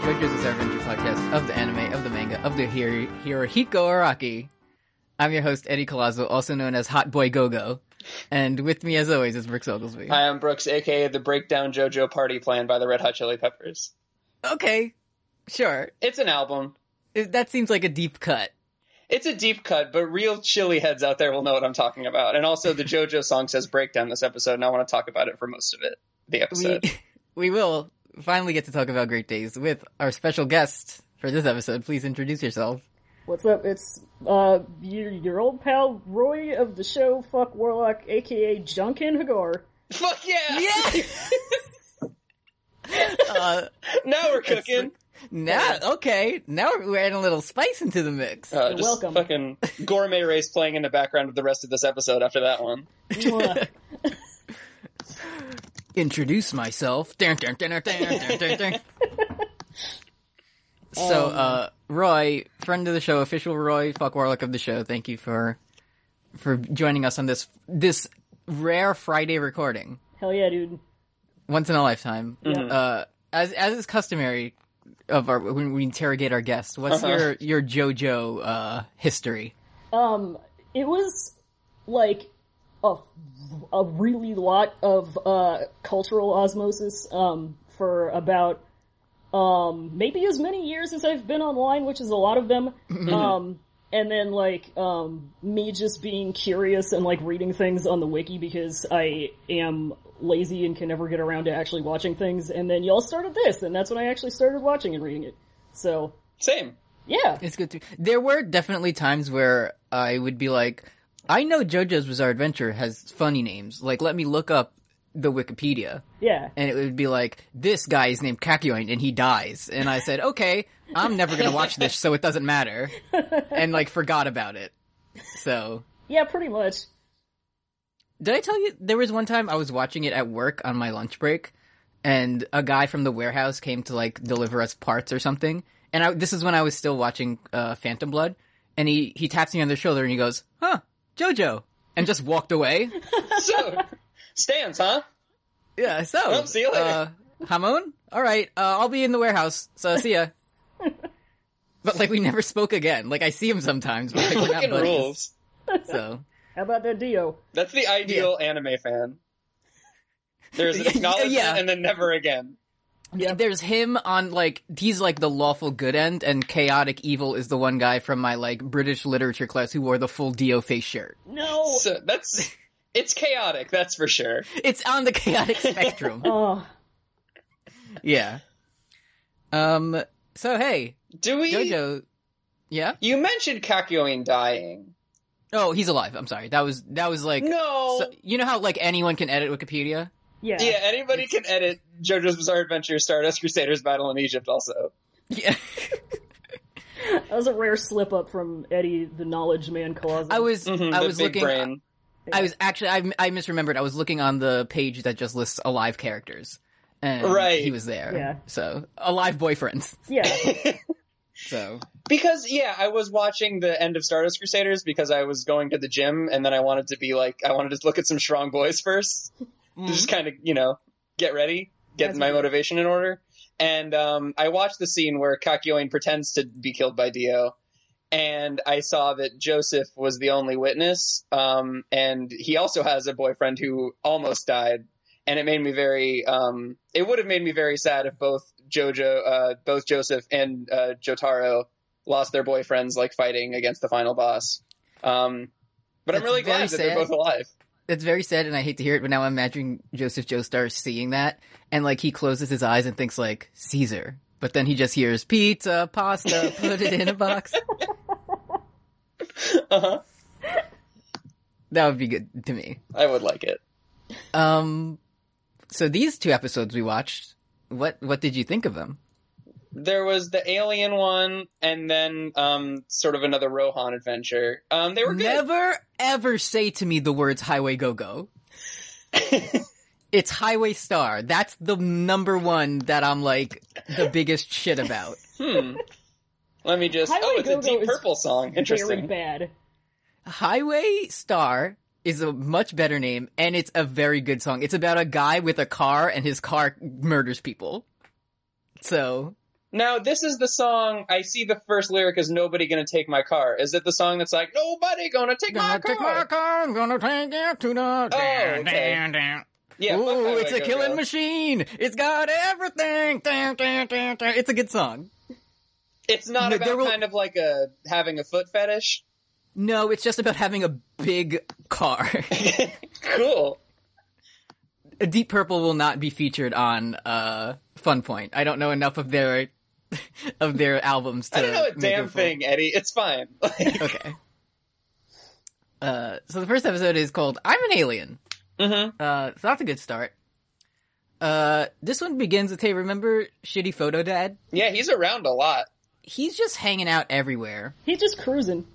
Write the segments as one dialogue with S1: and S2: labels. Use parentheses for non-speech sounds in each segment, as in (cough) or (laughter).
S1: Strangers is our Avenger podcast of the anime, of the manga, of the Hiro- Hirohiko Araki. I'm your host, Eddie Colazo, also known as Hot Boy Gogo. And with me, as always, is Brooks Oglesby.
S2: Hi, I'm Brooks, aka the Breakdown JoJo Party Plan by the Red Hot Chili Peppers.
S1: Okay, sure.
S2: It's an album.
S1: It- That seems like a deep cut.
S2: It's a deep cut, but real chili heads out there will know what I'm talking about. And also, the JoJo song says Breakdown this episode, and I want to talk about it for most of it, the
S1: We,
S2: episode.
S1: (laughs) we will finally get to talk about Great Days with our special guest for this episode. Please introduce yourself.
S3: What's up? It's uh your, your old pal Roy of the show Fuck Warlock, aka Junkin Hagar.
S2: Fuck
S1: (laughs)
S2: yeah!
S1: uh,
S2: Now we're cooking.
S1: now, okay, now we're adding a little spice into the mix.
S2: Uh, just
S3: welcome.
S2: fucking gourmet race playing in the background of the rest of this episode after that one.
S3: Mwah.
S1: introduce myself. Dun, dun, dun, dun, dun, dun, dun, dun. so, uh, Roy, friend of the show, official Roy, fuck Warlock of the show. Thank you for for joining us on this this rare Friday recording,
S3: Hell yeah, dude.
S1: once in a lifetime.
S3: Mhm.
S1: Uh, as as is customary of our when we interrogate our guests, what's
S2: Uh-huh.
S1: your your JoJo uh, history?
S3: Um, it was like a a really lot of uh cultural osmosis um for about um maybe as many years as I've been online, which is a lot of them. Um. And then like um me just being curious and like reading things on the wiki because I am lazy and can never get around to actually watching things and then y'all started this and that's when I actually started watching and reading it. So,
S2: Same.
S3: yeah.
S1: It's good to. There were definitely times where I would be like, I know JoJo's Bizarre Adventure has funny names. Like, let me look up the Wikipedia,
S3: Yeah.
S1: and it would be like, this guy is named Kakyoin, and he dies. And I said, okay, I'm never gonna watch this, so it doesn't matter, and like forgot about it. So.
S3: Yeah, pretty much.
S1: Did I tell you there was one time I was watching it at work on my lunch break, and a guy from the warehouse came to like deliver us parts or something. And I, this is when I was still watching uh, Phantom Blood, and he he taps me on the shoulder and he goes, "Huh, JoJo," and just walked
S2: (laughs)
S1: away. (laughs)
S2: So, stands, huh?
S1: yeah. So,
S2: Well, Oh, see you later.
S1: Uh, Hamon, all right, uh, I'll be in the warehouse. So see
S2: (laughs)
S1: ya. but like we never spoke again. Like I see him sometimes, but like, we're not
S2: Fucking
S1: buddies.
S2: rules.
S1: So
S3: How about that Dio?
S2: That's the ideal anime fan.
S1: (laughs)
S2: There's
S1: Yeah,
S2: acknowledgement
S1: yeah.
S2: and then never again.
S3: Yeah.
S1: There's him on like he's like the lawful good end, and chaotic evil is the one guy from my like British literature class who wore the full Dio face shirt. Oh.
S3: No.
S2: So that's
S1: (laughs)
S2: it's chaotic, that's for sure.
S1: It's on the
S2: (laughs)
S1: chaotic spectrum.
S3: Oh,
S1: yeah. Um. So hey,
S2: Do we?
S1: Jojo. Yeah.
S2: You mentioned Kakyoin dying.
S1: Oh, he's alive. I'm sorry. That was that was like.
S2: No.
S1: so- you know how like anyone can edit Wikipedia?
S3: yeah.
S2: yeah, anybody can edit JoJo's Bizarre Adventure, Stardust Crusaders Battle in Egypt. Also,
S1: Yeah.
S3: (laughs) That was a rare slip up from Eddie, the knowledge man. Claus.
S1: (laughs) I was
S2: Mhm,
S1: I
S2: the
S1: was
S2: big
S1: looking.
S2: brain.
S1: I was actually I, I misremembered. I was looking on the page that just lists alive characters, and
S2: Right.
S1: he was there.
S3: Yeah.
S1: So alive boyfriends.
S3: Yeah.
S1: So
S2: Because yeah, I was watching the end of Stardust Crusaders because I was going to the gym, and then I wanted to be like, I wanted to look at some strong boys first,
S1: mm,
S2: to just
S1: Mm-hmm.
S2: kind of you know get ready, get
S3: That's
S2: my
S3: good.
S2: motivation in order. And um, I watched the scene where Kakyoin pretends to be killed by Dio, and I saw that Joseph was the only witness, um, and he also has a boyfriend who almost died. And it made me very. Um, it would have made me very sad if both Jojo, uh, both Joseph and uh, Jotaro lost their boyfriends like fighting against the final boss. Um, but I'm
S1: That's
S2: really
S1: very
S2: glad that they're
S1: sad.
S2: both alive. (laughs)
S1: that's very sad, and I hate to hear it. But now I'm imagining Joseph Joestar seeing that, and like he closes his eyes and thinks like Caesar, but then he just hears pizza, pasta, put it in a box. (laughs)
S2: Uh-huh.
S1: That would be good to me.
S2: I would like it.
S1: Um, so these two episodes we watched. What what did you think of them?
S2: There was the alien one, and then um, sort of another Rohan adventure. Um, they were good.
S1: Never ever say to me the words highway go
S2: (laughs)
S1: go. it's highway star. That's the number one that I'm like the biggest shit about.
S2: Hmm. Let me just.
S3: Highway
S2: oh, it's a
S3: Go-Go
S2: Deep
S3: is
S2: Purple song. (laughs)
S3: Very
S2: Interesting.
S3: bad.
S1: Highway Star is a much better name and it's a very good song. It's about a guy with a car and his car murders people. So
S2: Now, this is the song. I see the first lyric is "Nobody gonna take my car." Is it the song that's like "Nobody gonna take my
S1: Gonna
S2: car"? Oh,
S1: take my car, I'm gonna take it to the down,
S2: okay.
S1: down, down.
S2: Yeah, fuck
S1: Ooh,
S2: Highway
S1: it's a
S2: Go-Go.
S1: killing machine. It's got everything. Down, down, down, down. It's a good song.
S2: It's not
S1: No, there
S2: about
S1: will-
S2: kind of like a having a foot fetish. (laughs)
S1: No, it's just about having a big car. (laughs)
S2: cool.
S1: A Deep Purple will not be featured on uh, Fun Point. I don't know enough of their (laughs) of their albums to
S2: I don't know a
S1: Uh, make
S2: damn
S1: full-
S2: thing, Eddie. It's fine. (laughs)
S1: Okay. Uh, so the first episode is called "I'm an Alien."
S2: hmm
S1: Uh, so that's a good start. Uh, this one begins with, "Hey, remember Shitty Photo Dad?
S2: Yeah, he's around a lot.
S1: He's just hanging out everywhere. (laughs)
S3: He's just cruising.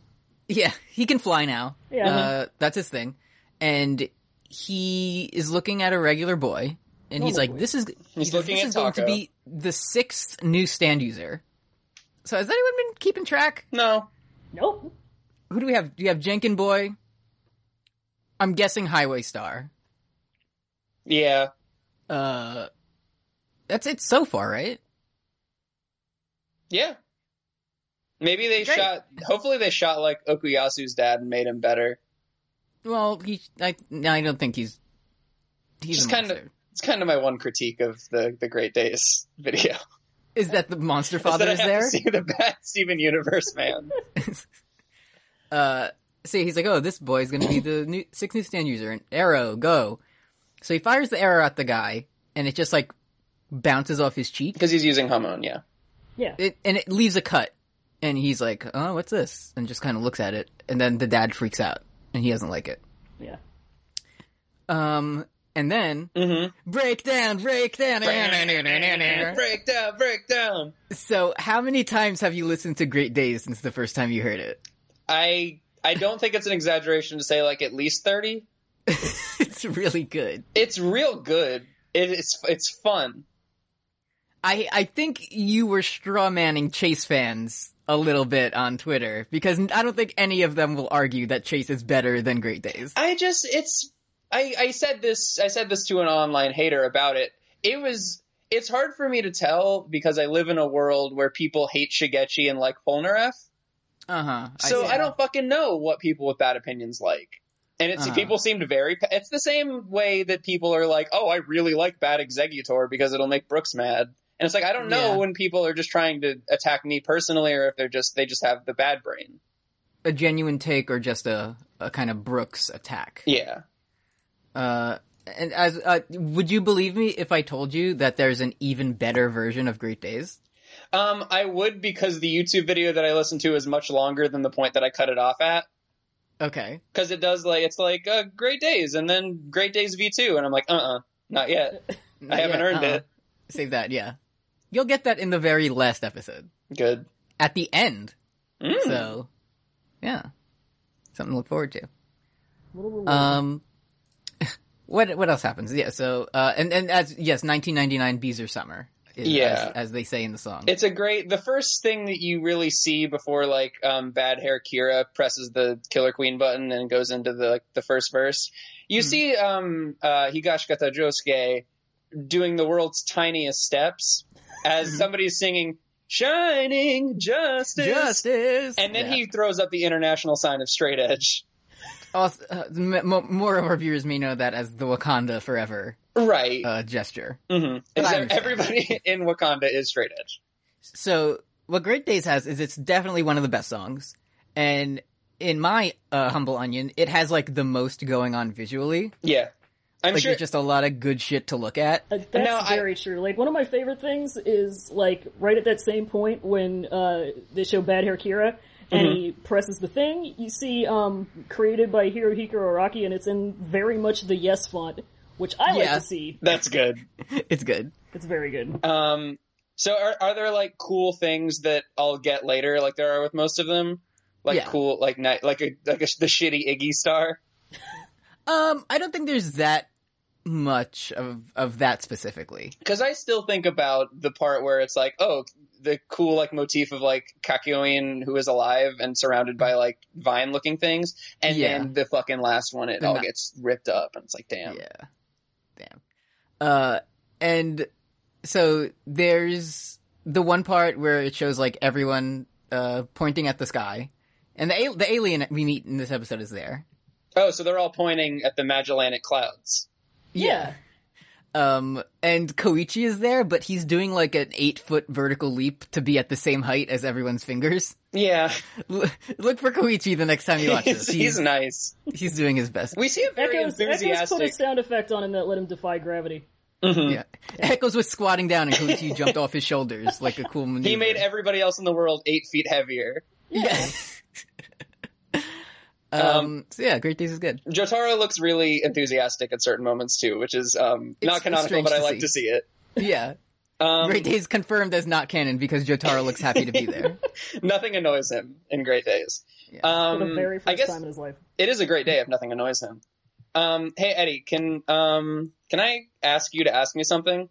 S1: Yeah, he can fly now.
S3: Yeah.
S1: uh, that's his thing. And he is looking at a regular boy, and he's
S3: Normal
S1: like,
S3: boy.
S1: "This is he says,
S2: looking
S1: this
S2: at
S1: is going to
S2: Taco."
S1: be the sixth newsstand user." So has anyone been keeping track?
S2: No,
S3: Nope.
S1: Who do we have? Do you have Jenkin Boy? I'm guessing Highway Star.
S2: yeah,
S1: Uh, that's it so far, right?
S2: yeah. Maybe they
S1: Great.
S2: shot. Hopefully, they shot like Okuyasu's dad and made him better.
S1: Well, he I no, I don't think he's he's
S2: Just
S1: a
S2: kind of-
S1: monster.
S2: It's kind of my one critique of the the Great Days (laughs) video.
S1: Is that the
S2: (laughs)
S1: monster father
S2: that I
S1: is
S2: have
S1: there?
S2: To see the bad (laughs) Steven Universe man.
S1: (laughs) uh, see, he's like, oh, this boy's going to be the new, six newsstand user. And arrow, go. So he fires the arrow at the guy, and it just like bounces off his cheek,
S2: Because he's using hormone, yeah.
S3: Yeah.
S1: it, and it leaves a cut. And he's like, oh, what's this? And just kind of looks at it, and then the dad freaks out, and he doesn't like it.
S3: Yeah.
S1: Um, and then
S2: Mm-hmm.
S1: break down, break down.
S2: (laughs) Break down, break down.
S1: so, how many times have you listened to Great Days since the first time you heard it? (laughs)
S2: I I don't think it's an exaggeration to say like at least thirty.
S1: it's really good.
S2: It's real good. It, it's it's fun.
S1: I I think you were straw manning Chase fans a little bit on Twitter because I don't think any of them will argue that Chase is better than Great Days.
S2: I just it's I I said this I said this to an online hater about it. It was it's hard for me to tell because I live in a world where people hate Shigechi and like Polnareff.
S1: Uh huh.
S2: So I, don't fucking know what people with bad opinions like. And it's
S1: Uh-huh.
S2: people seemed very. It's the same way that people are like, "Oh, I really like Bad Executor because it'll make Brooks mad." And it's like I don't know
S1: Yeah.
S2: when people are just trying to attack me personally, or if they're just they just have the bad brain.
S1: a genuine take or just a a kind of Brooks attack.
S2: Yeah,
S1: Uh, and as uh, would you believe me if I told you that there's an even better version of Great Days?
S2: um, I would because the YouTube video that I listened to is much longer than the point that I cut it off at
S1: Okay.
S2: because it does like it's like uh, Great Days and then Great Days V two, and I'm like, uh, uh not yet. I haven't earned it.
S1: Oh. Save that. Yeah, you'll get that in the very last episode
S2: Good.
S1: at the end.
S2: Mm.
S1: So, yeah, something to look forward to.
S3: Little reward.
S1: Um, (laughs) what what else happens? Yeah, so uh, and and as yes, 1999 Beezer Summer. is-
S2: Yeah.
S1: as, as they say in the song.
S2: It's a great. The first thing that you really see before like um, bad hair Kira presses the Killer Queen button and goes into the like, the first verse, you
S1: Hmm.
S2: see um, uh, Higashikata Josuke doing the world's tiniest steps
S1: Hmm.
S2: as somebody's singing "Shining Justice,",
S1: Justice,
S2: and then
S1: Yeah.
S2: he throws up the international sign of straight edge.
S1: Also, (laughs) uh, m- mo- more of our viewers may know that as the Wakanda Forever
S2: Right.
S1: uh, gesture.
S2: hmm
S1: but I understand.
S2: everybody in Wakanda is straight edge.
S1: So what Great Days has is it's definitely one of the best songs, and in my uh, humble onion, it has like the most going on visually.
S2: Yeah. I'm
S1: like
S2: sure.
S1: there's just a lot of good shit to look at. (laughs)
S3: Uh,
S2: No,
S3: that's
S2: I-
S3: very true. Like one of my favorite things is like right at that same point when uh, they show Bad Hair Kira and he presses the thing. You see, um, created by Hirohiko Araki, and it's in very much the yes font, which I like
S1: Yeah.
S3: to see.
S2: that's
S1: (laughs)
S2: good.
S1: it's good.
S3: It's very good.
S2: Um, so are are there like cool things that I'll get later? Like there are with most of them, like
S1: Yeah.
S2: cool, like night, like a like a, the shitty Iggy star.
S1: Um, I don't think there's that much of of that specifically.
S2: Because I still think about the part where it's like, oh, the cool like motif of like Kakyoin who is alive and surrounded by like vine looking things, and
S1: Yeah.
S2: then the fucking last one, it
S1: The
S2: all
S1: ma-
S2: gets ripped up, and it's like, damn,
S1: Yeah. Damn. Uh, and so there's the one part where it shows like everyone uh, pointing at the sky, and the al- the alien we meet in this episode is there.
S2: Oh, so they're all pointing at the Magellanic clouds.
S3: Yeah.
S1: Um, and Koichi is there, but he's doing like an eight foot vertical leap to be at the same height as everyone's fingers. (laughs)
S2: Yeah,
S1: L- Look for Koichi the next time you watch
S2: he's,
S1: this.
S2: (laughs) he's
S1: He's,
S2: nice.
S1: he's doing his best.
S2: We see a very
S3: Echoes, Echoes put a
S2: enthusiastic.
S3: sound effect on him that let him defy gravity.
S2: Mhm.
S1: Yeah. Echoes was squatting down and Koichi jumped off his shoulders like a cool maneuver.
S2: He made everybody else in the world eight feet heavier.
S1: Yeah. (laughs) um, so yeah, Great Days is good.
S2: Jotaro looks really enthusiastic at certain moments too, which is um,
S1: It's-
S2: not
S1: it's
S2: canonical,
S1: strange
S2: but I
S1: to
S2: like
S1: see.
S2: to see it.
S1: Yeah.
S2: Um,
S1: Great Days confirmed as not canon because Jotaro looks happy to be there.
S2: (laughs) nothing annoys him in great days.
S1: Yeah.
S3: For the
S2: Um,
S3: very
S2: I
S3: first
S2: guess
S3: time in his life.
S2: it is a great day if nothing annoys him. Um, hey Eddie, can um, can I ask you to ask me something?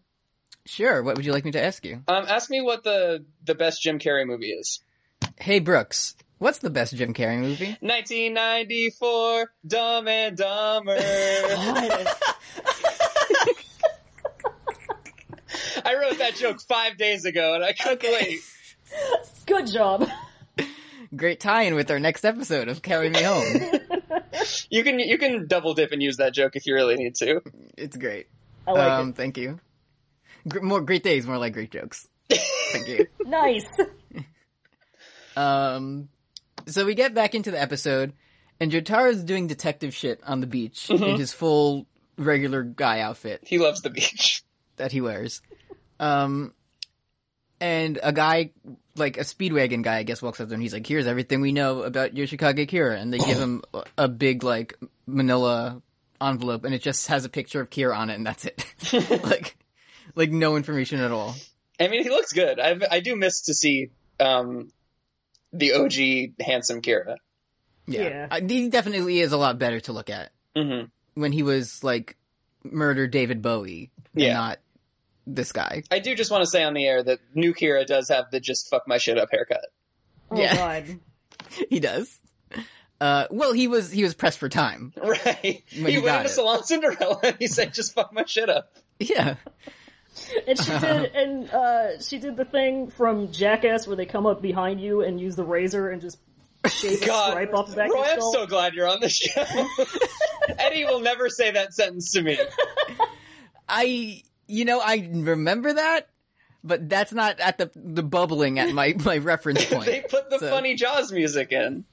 S1: Sure, what would you like me to ask you?
S2: Um, ask me what the the best Jim Carrey movie is.
S1: Hey Brooks, what's the best Jim Carrey movie?
S2: 1994, Dumb
S1: (laughs)
S2: and Dumber. I wrote that joke five days ago, and I couldn't wait.
S3: Good job. (laughs)
S1: Great tie-in with our next episode of Carry Me
S3: (laughs)
S1: Home.
S2: You can you can double dip and use that joke if you really need to.
S1: it's great.
S3: I like
S1: um, thank you. Gr- more Great Days, more like great jokes. Thank you.
S3: (laughs)
S2: (laughs)
S3: it. Nice.
S1: Um, so we get back into the episode, and Jotaro's doing detective shit on the beach in
S3: Mm-hmm.
S1: his full regular guy outfit
S2: He loves
S1: (laughs)
S2: the beach.
S1: that he wears. Um, and a guy, like a speedwagon guy, I guess, walks up to him. He's like, "Here's everything we know about Yoshikage Kira," and they give him a- a big like Manila envelope, and it just has a picture of Kira on it, and that's it. (laughs) like, like no information at all.
S2: I mean, he looks good. I I do miss to see um the OG handsome Kira.
S1: Yeah,
S3: Yeah.
S1: I- he definitely is a lot better to look at.
S2: hmm
S1: when he was like murder David Bowie, and
S2: Yeah.
S1: not this guy. (laughs)
S2: I do just want to say on the air that new Kira does have the just fuck my shit up haircut.
S3: Oh
S1: Yeah.
S3: god.
S1: He does. Uh, well, he was he was pressed for time. (laughs)
S2: Right.
S1: Well,
S2: (laughs) he
S1: you
S2: went
S1: got
S2: into
S1: it.
S2: Salon Cinderella and he said, just fuck my shit up.
S1: Yeah,
S3: And she
S1: (laughs)
S3: did and uh she did the thing from Jackass where they come up behind you and use the razor and just shave a
S2: God.
S3: stripe off the back
S2: Roy,
S3: of your
S2: I'm
S3: skull.
S2: so glad you're on
S1: (laughs)
S2: the show. Eddie will never say that sentence to me.
S1: I you know I remember that, but that's not at the the bubbling at
S2: (laughs)
S1: my my reference
S2: They
S1: point.
S2: put the
S1: So-
S2: funny Jaws music in.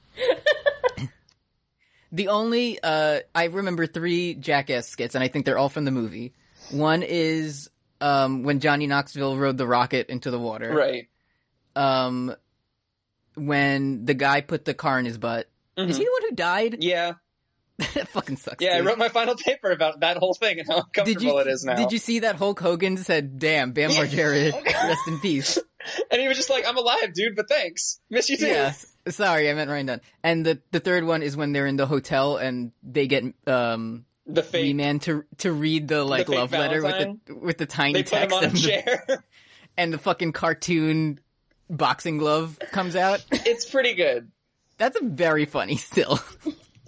S1: the only uh, I remember three Jackass skits, and I think they're all from the movie. One is um, when Johnny Knoxville rode the rocket into the water.
S2: Right.
S1: Um, when the guy put the car in his butt. Is
S2: Mhm.
S1: he the one who died?
S2: Yeah.
S1: (laughs) that fucking sucks.
S2: Yeah, I
S1: dude.
S2: wrote my final paper about that whole thing and how
S1: Did
S2: uncomfortable
S1: you
S2: it is now. Oh,
S1: did you see that Hulk Hogan said, "Damn,
S2: (laughs)
S1: Bam Margera, rest in peace."
S2: And he was just like, I'm alive, dude, but thanks. Miss you too.
S1: Yeah, sorry, I meant Ryan Dunn. And the the third one is when they're in the hotel and they get um
S2: The fake.
S1: man to to read the like
S2: fake
S1: love letter with the with the tiny
S2: They put him
S1: text
S2: on a
S1: and, the,
S2: chair.
S1: (laughs) and the fucking cartoon boxing glove comes out. (laughs)
S2: it's pretty good.
S1: That's very funny still.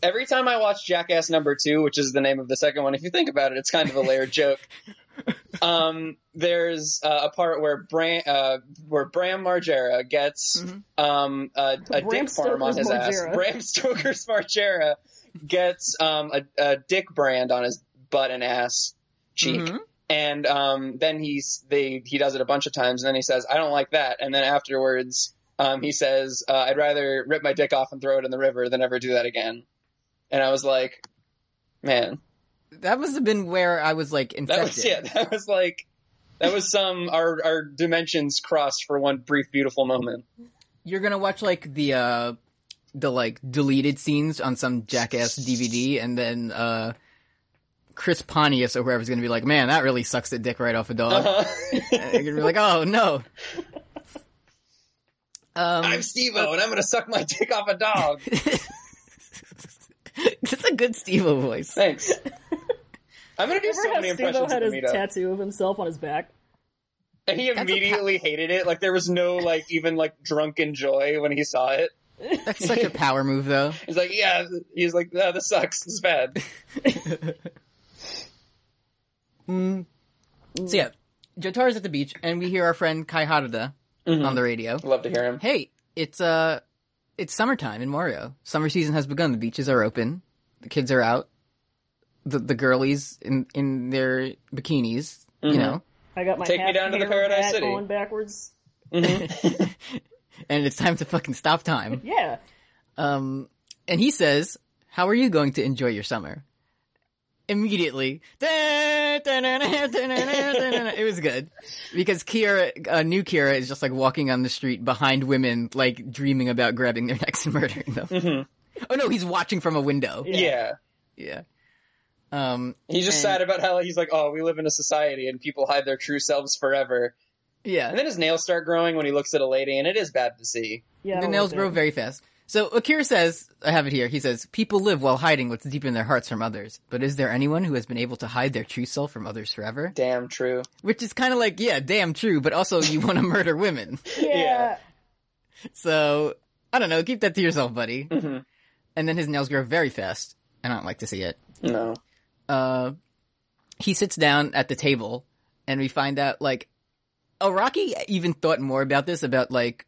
S2: Every time I watch Jackass number two, which is the name of the second one, if you think about it, it's kind of a layered joke. Um, there's uh, a part where Bram, uh, where Bram Margera gets um, a, a
S3: Bram
S2: dick farm on his
S3: Stoker's Margera.
S2: ass. Bram (laughs) Stoker's Margera gets um, a, a dick brand on his butt and ass cheek,
S3: Mm-hmm.
S1: Mhm.
S2: and um, then he's they he does it a bunch of times, and then he says, "I don't like that," and then afterwards. Um, he says, uh, "I'd rather rip my dick off and throw it in the river than ever do that again." And I was like, "Man,
S1: That must have been where I was like
S2: that
S1: infected.
S2: was yeah, (laughs) that was like, that was some our our dimensions crossed for one brief beautiful moment."
S1: you're gonna watch like the uh the like deleted scenes on some jackass dvd and then uh chris pontius or whoever's gonna be like man that really sucks the dick right off a dog
S2: Uh-huh. (laughs)
S1: and you're gonna be like oh no um
S2: I'm
S1: (laughs)
S2: Steve-O, and I'm gonna suck my dick off a
S3: (laughs)
S2: dog.
S1: that's a good steve voice
S2: Thanks. I'm gonna do
S3: Remember
S2: so
S3: how
S2: many
S3: Steve
S2: impressions
S3: had
S2: of the
S3: his
S2: meetup.
S3: tattoo of himself on his back?
S2: and he
S1: a
S2: immediately hated it. Like there was no like even like drunken joy when he saw it.
S1: that's such a power move though
S2: He's like, yeah. He's like, oh, this sucks. This is bad.
S1: So yeah, Jotaro's at the beach, and we hear our friend Kai Harada
S2: Mhm.
S1: on the radio.
S2: (laughs) Love to hear him.
S1: Hey, it's uh, it's summertime in Mario. Summer season has begun. The beaches are open. The kids are out. The the girlies in in their bikinis.
S2: Mhm.
S1: You know,
S3: I got my
S2: Take me
S3: half
S2: down to the
S3: hair
S2: Paradise
S3: hat
S2: City.
S3: on backwards.
S2: Mhm.
S1: and it's time to fucking stop time.
S3: Yeah,
S1: Um, and he says, "How are you going to enjoy your summer?" Immediately, it was good because Kira, uh, new Kira, is just like walking on the street behind women, like dreaming about grabbing their necks and murdering them.
S3: (laughs)
S2: Mhm.
S1: Oh no, he's watching from a window.
S3: Yeah.
S2: Yeah.
S1: Yeah. Um.
S2: He's just
S1: And-
S2: sad about how he's like, oh, we live in a society and people hide their true selves forever. And
S1: Yeah.
S2: then his nails start growing when he looks at a lady, and it is bad to see.
S3: yeah.
S1: the
S3: I don't
S1: nails
S3: like
S1: grow
S3: that.
S1: very fast. So Akira says, I have it here. He says, "People live while hiding what's deep in their hearts from others, but is there anyone who has been able to hide their true self from others forever?"
S2: Damn true.
S1: Which is kind of like, yeah, damn true, but also you (laughs) want to murder women.
S3: Yeah,
S2: Yeah.
S1: So, I don't know, keep that to yourself, buddy.
S2: Mhm.
S1: And then his nails grow very fast, and I don't like to see it.
S2: No.
S1: Uh, he sits down at the table, and we find out, like, oh, Rocky even thought more about this, about, like,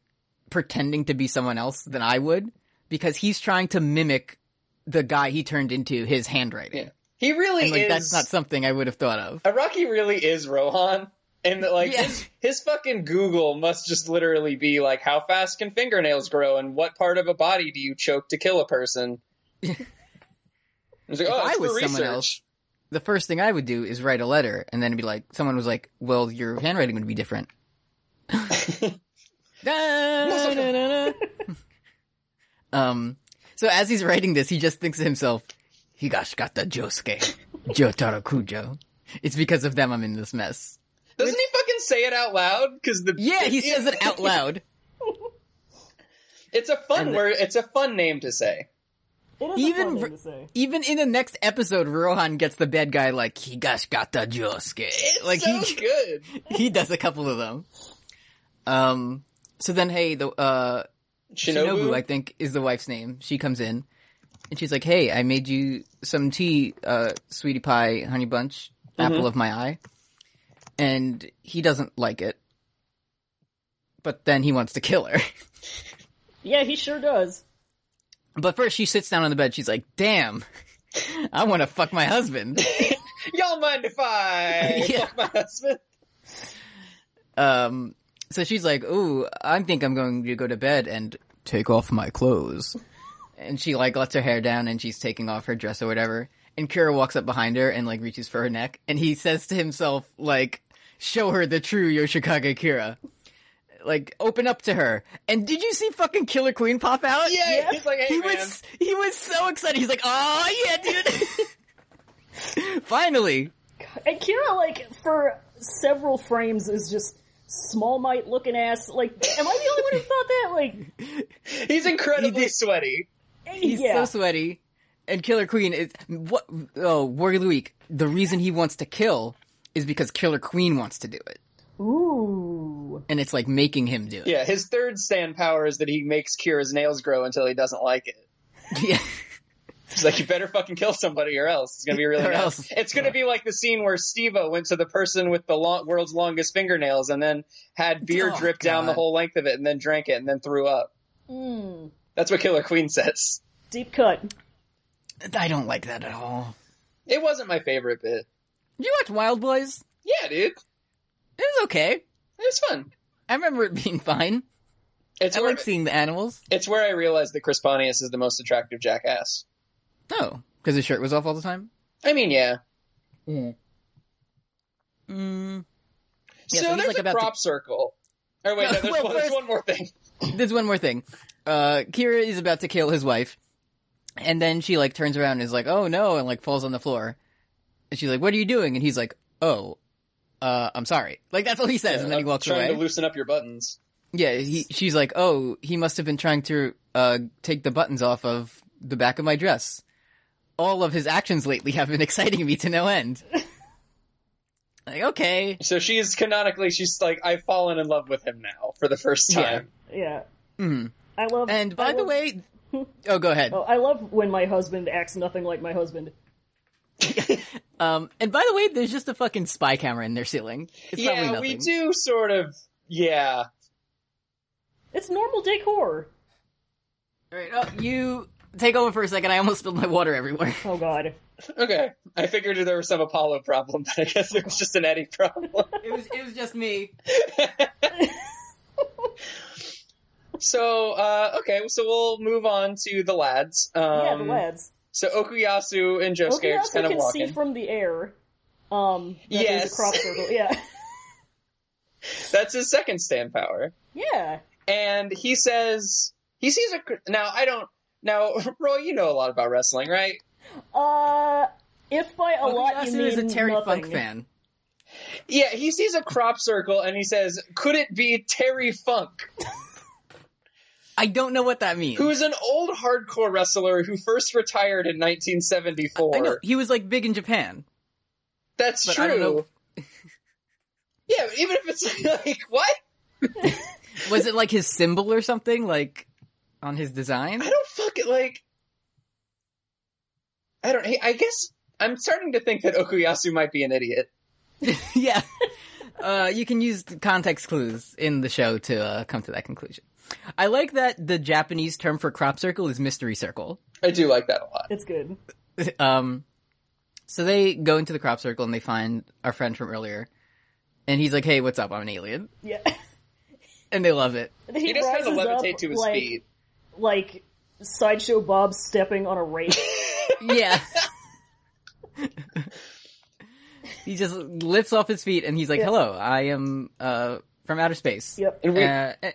S1: pretending to be someone else than I would, because he's trying to mimic the guy he turned into his handwriting.
S2: Yeah. He really
S1: And, like,
S2: is.
S1: that's not something I would have thought of.
S2: Rocky really is Rohan. And that, like
S1: Yeah.
S2: his, his fucking Google must just literally be like, how fast can fingernails grow, and what part of a body do you choke to kill
S1: (laughs)
S2: a person? He's like,
S1: If
S2: oh,
S1: I
S2: it's
S1: was
S2: for
S1: someone
S2: research.
S1: else, the first thing I would do is write a letter, and then it'd be like, someone was like, "Well, your handwriting would be different." Da, da, da, da. (laughs) um. So as he's writing this, he just thinks to himself, "Higashikata Josuke, Jotaro Kujo." It's because of them I'm in this mess.
S2: (laughs) Doesn't he fucking say it out loud? Because the
S1: Yeah, he says it out loud.
S2: It's a fun
S1: And the-
S2: word. It's a fun name to say.
S3: it is
S1: Even
S3: a fun
S1: ver-
S3: thing to say.
S1: Even in the next episode, Rohan gets the bad guy like Higashikata Josuke.
S2: It's
S1: like
S2: so
S1: he
S2: good.
S1: he does a couple of them. Um. So then, hey, the uh, Shinobu, I think, is the wife's name. She comes in and she's like, "Hey, I made you some tea, uh, sweetie pie, honey bunch, apple of my eye," and he doesn't like it. But then he wants to kill her. (laughs)
S3: Yeah, he sure does.
S1: But first, she sits down on the bed. She's like, "Damn, (laughs) I want to fuck my husband."
S2: Y'all mind if I
S1: (laughs) Yeah.
S2: fuck my husband?
S1: Um, so she's like, "Ooh, I think I'm going to go to bed and take off my clothes." And she like lets her hair down and she's taking off her dress or whatever. And Kira walks up behind her and like reaches for her neck. And he says to himself, like, "Show her the true Yoshikage Kira." Like, open up to her. And did you see fucking Killer Queen pop out?
S2: Yeah, he's like, hey
S1: He
S2: man,
S1: was he was so excited. He's like, "Oh yeah, dude!" (laughs) Finally,
S3: And Kira, like, for several frames, is just small mite looking ass. Like, am I the only one who thought that? Like,
S2: he's incredibly
S1: He did-
S2: sweaty.
S1: (laughs) He's
S3: yeah,
S1: so sweaty. And Killer Queen is what? Oh, Warrior of the Week. The reason he wants to kill is because Killer Queen wants to do it,
S3: ooh,
S1: and it's like making him do it.
S2: Yeah, his third stand power is that he makes Kira's nails grow until he doesn't like it.
S1: (laughs) Yeah.
S2: He's like, you better fucking kill somebody or else. It's gonna be really
S1: (laughs) Or
S2: bad.
S1: else.
S2: It's gonna be like the scene where Steve-O went to the person with the long, world's longest fingernails and then had beer
S1: Oh,
S2: drip down the
S1: God.
S2: whole length of it and then drank it and then threw up.
S3: mm,
S2: That's what Killer Queen says.
S3: deep cut.
S1: I don't like that at all.
S2: It wasn't my favorite bit.
S1: Did you watch Wild Boys?
S2: Yeah, dude, it
S1: It was okay.
S2: was fun.
S1: I remember it being fine.
S2: It's
S1: I
S2: where,
S1: like seeing the animals.
S2: it's where I realized that Chris Pontius is the most attractive jackass.
S1: Oh, because his shirt was off all the time.
S2: I mean, yeah.
S1: Mm.
S2: So,
S1: so he's,
S2: there's
S1: like,
S2: a
S1: about to-
S2: prop circle.
S1: (laughs)
S2: Or
S1: No,
S2: wait, no, there's,
S1: well,
S2: one, there's
S1: first-
S2: one more thing.
S1: There's one more thing. Uh, Kira is about to kill his wife, and then she like turns around and is like, "Oh no!" and like falls on the floor. And she's like, "What are you doing?" And he's like, "Oh, uh, I'm sorry." Like that's all he says, and then he walks
S2: trying
S1: away.
S2: to loosen up your buttons.
S1: yeah, he, she's like, "Oh, he must have been trying to uh take the buttons off of the back of my dress." All of his actions lately have been (laughs) exciting me to no
S2: (laughs)
S1: end. like, okay,
S2: So she's canonically, she's like, I've fallen in love with him now for the first
S1: Yeah.
S2: time.
S3: Yeah,
S1: Mhm.
S3: I love.
S1: and
S3: I
S1: by the
S3: love-
S1: way, oh, go ahead.
S3: oh, I love when my husband acts nothing like my husband.
S1: Um, and by the way, there's just a fucking spy camera in their ceiling. It's probably
S2: yeah,
S1: nothing.
S2: we do sort of. Yeah.
S3: It's normal decor.
S1: All right, oh, you take over for a second. I almost spilled my water everywhere.
S3: Oh god.
S2: Okay. I figured there was some Apollo problem, but I guess it was just an Eddie problem.
S1: (laughs)
S2: (laughs)
S1: It was it was just me.
S2: so, uh, okay. So we'll move on to the lads. Um,
S3: yeah, the lads.
S2: So Okuyasu and Josuke
S3: Okay,
S2: are just kind of
S3: can
S2: walking.
S3: see from the air. Um, that there's
S2: Yes.
S3: a crop circle.
S2: (laughs)
S3: Yeah,
S2: That's his second stand power.
S3: yeah.
S2: And he says, he sees a. cr- Now, I don't. Now, (laughs) Roy, you know a lot about wrestling, right?
S3: Uh, if by
S1: Oh,
S3: a lot you
S1: Okuyasu
S3: mean
S1: is a Terry
S3: nothing.
S1: Funk fan.
S2: Yeah, he sees a crop circle and he says, Could it be Terry Funk,
S1: I don't know what that means.
S2: who is an old hardcore wrestler who first retired in 1974?
S1: I know he was like big in Japan.
S2: That's
S1: But
S2: true.
S1: I don't know.
S2: (laughs) yeah, even if it's (laughs) like, what?
S1: Was it like his symbol or something like on his (laughs) design?
S2: I don't fucking like. I don't. I guess I'm starting to think that Okuyasu might be an idiot.
S1: yeah. Uh, you can use the context clues in the show to uh, come to that conclusion. I like that the Japanese term for crop circle is mystery circle.
S2: I do like that a lot.
S3: It's good.
S1: um, so they go into the crop circle and they find our friend from earlier, and he's like, "Hey, what's up? I'm an alien,"
S3: Yeah,
S1: and they love it.
S3: he,
S2: He just kind of
S3: rises up
S2: levitate to his
S3: like,
S2: feet.
S3: like sideshow Bob stepping on a rake.
S2: (laughs)
S1: Yeah. (laughs) he just lifts off his feet and he's like,
S3: Yeah.
S1: "Hello, I am uh from outer space."
S3: yep.
S2: And we,
S1: Uh, eh,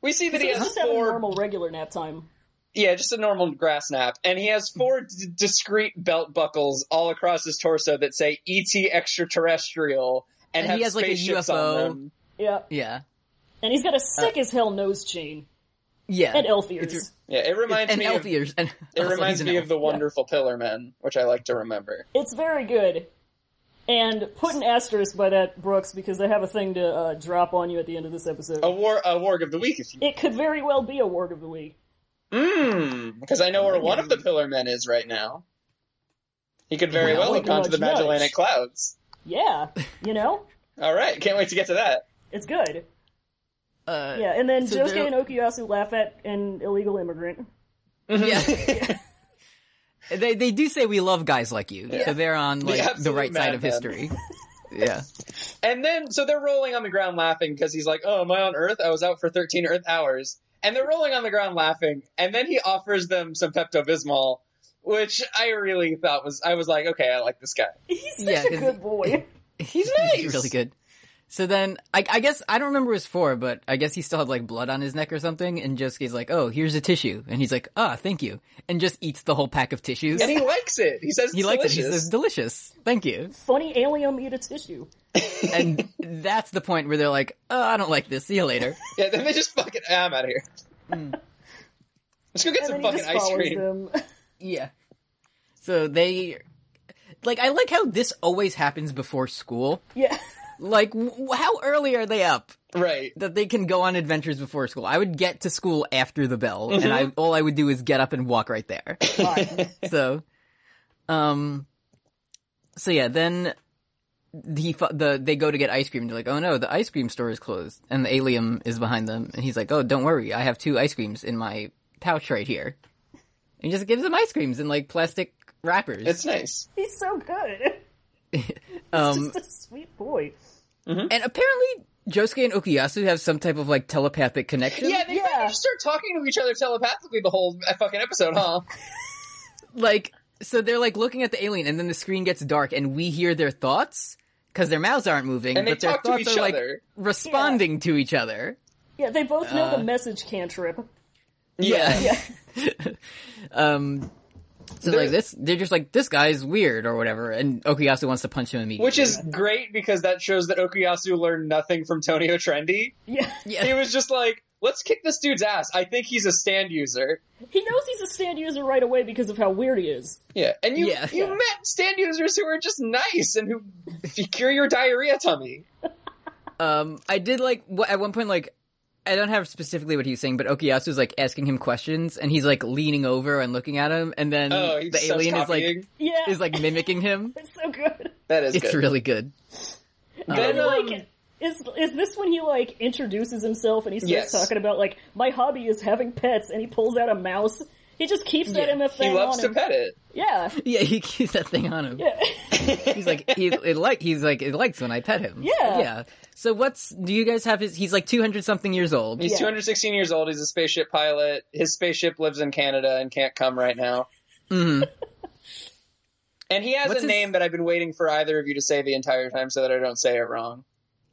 S2: we see that he
S3: He's
S2: has
S3: just having
S2: four
S3: normal regular nap time.
S2: Yeah, just a normal grass nap. And he has four d- discrete belt buckles all across his torso that say ET extraterrestrial and,
S1: And
S2: have
S1: he has, like, a
S2: spaceships
S1: UFO.
S2: on them.
S3: Yeah,
S1: yeah.
S3: and he's got
S2: Uh,
S3: a sick as hell nose chain
S1: Yeah.
S3: and elf ears.
S1: It's-
S2: Yeah, it reminds
S1: and
S2: me
S1: elf
S2: of,
S1: ears. And (laughs)
S2: it
S1: also,
S2: reminds
S1: he's an
S2: me
S1: elf.
S2: of the wonderful Pillar Men, which I like to remember.
S3: It's very good. And put an asterisk by that, Brooks, because they have a thing to uh, drop on you at the end of this episode.
S2: A war a warg of the week if you
S3: It could very well be a word of the week.
S2: Mmm, because I know where one of the Pillar Men is right now. He could very well
S3: Well,
S2: have gone to the
S3: nice.
S2: Magellanic Clouds.
S3: Yeah, you know,
S2: All right, can't wait to get to (laughs) that.
S3: it's good.
S1: Uh,
S3: Yeah, and then
S1: So
S3: Josuke
S1: they're-
S3: and Okuyasu laugh at an illegal immigrant. (laughs)
S1: (laughs) yeah. they they do say we love guys like you, so they're on like the,
S2: absolute
S1: right side of
S2: madman.
S1: history. (laughs) yeah.
S2: And then, so they're rolling on the ground laughing because he's like, "Oh, am I on Earth? I was out for 13 Earth hours." And they're rolling on the ground laughing. And then he offers them some Pepto Bismol, which I really thought was. I was like, "Okay, I like this guy."
S3: He's such
S1: Yeah,
S3: a
S1: 'cause-
S3: good boy.
S1: (laughs) He's
S2: nice.
S1: really good. So then, I, I guess I don't remember his four, but I guess he still had like blood on his neck or something. And Josuke's like, "Oh, here's a tissue," and he's like, "Ah, thank you," and just eats the whole pack of tissues.
S2: And he likes it. He says
S1: he
S2: it's
S1: likes it. He
S2: delicious.
S1: says, "Delicious, thank you."
S3: Funny alien eat a tissue.
S2: (laughs)
S1: And that's the point where they're like, "Oh, I don't like this. See you later."
S2: yeah. Then they just fucking. Ah, I'm out of here.
S1: Hmm.
S2: (laughs) Let's go get
S3: And
S2: some
S3: then he
S2: fucking
S3: just
S2: ice
S3: follows
S2: cream.
S3: them. (laughs)
S1: Yeah. So they, like, I like how this always happens before school.
S3: yeah.
S1: Like, w- how early are they up
S2: Right.
S1: that they can go on adventures before school? I would get to school after the bell, and I all I would do is get up and walk right there.
S3: Fine.
S1: so, um, so yeah, then he fu- the they go to get ice cream. They're like, oh no, the ice cream store is closed, and the alien is behind them, and he's like, oh, don't worry, I have two ice creams in my pouch right here. And he just gives them ice creams in like plastic wrappers.
S2: It's nice.
S3: (laughs) He's so good. (laughs)
S1: um,
S3: Just a sweet boy.
S1: and apparently. Josuke and Okuyasu have some type of like telepathic connection.
S2: Yeah, they
S3: Yeah.
S2: finally just start talking to each other telepathically the whole fucking episode,
S1: (laughs)
S2: huh?
S1: like so they're like looking at the alien and then the screen gets dark and we hear their thoughts because their mouths aren't moving
S2: And they
S1: but their
S2: talk to
S1: thoughts
S2: each
S1: are like
S2: other.
S1: responding to each other
S3: Yeah, they both know
S1: Uh,
S3: the message cantrip.
S1: yeah,
S3: Yeah. (laughs)
S1: um so
S2: There's-
S1: like this they're just like this guy's weird or whatever and okuyasu wants to punch him immediately
S2: Which is great because that shows that Okuyasu learned nothing from Tonio Trendy.
S3: Yeah.
S2: He
S1: yeah
S2: was just like, let's kick this dude's ass. I think he's a stand user.
S3: He knows he's a stand user right away because of how weird he is.
S2: Yeah. And you
S1: Yeah.
S2: you met stand users who are just nice and who cure your diarrhea tummy.
S1: um i did like wh- at one point like I don't have specifically what he was saying, but Okuyasu's like asking him questions, and he's like leaning over and looking at him, and then
S2: Oh, he's
S1: Mm, the
S2: so
S1: alien is like
S2: copying.
S3: Yeah,
S1: is like mimicking
S2: (laughs)
S1: him.
S3: it's so good.
S2: that is
S1: it's
S2: good.
S1: really good.
S3: And
S2: Then,
S3: then,
S2: um,
S3: like, is is this when he like introduces himself and he starts
S2: Yes.
S3: talking about like my hobby is having pets and he pulls out a mouse. He just keeps that
S1: Yeah.
S3: MF
S2: he
S3: thing
S2: loves
S3: on
S2: to
S3: him.
S2: pet it.
S3: Yeah,
S1: Yeah, he (laughs) keeps that thing on him.
S3: yeah. (laughs)
S1: (laughs) He's like he it like he's like it likes when I pet him.
S3: Yeah.
S1: yeah. So what's do you guys have his? He's like two hundred something years old.
S2: He's
S3: Yeah.
S2: 216 years old. He's a spaceship pilot. His spaceship lives in Canada and can't come right now.
S1: Mhm.
S2: And he has
S1: What's
S2: a
S1: his-
S2: name that I've been waiting for either of you to say the entire time so that I don't say it wrong.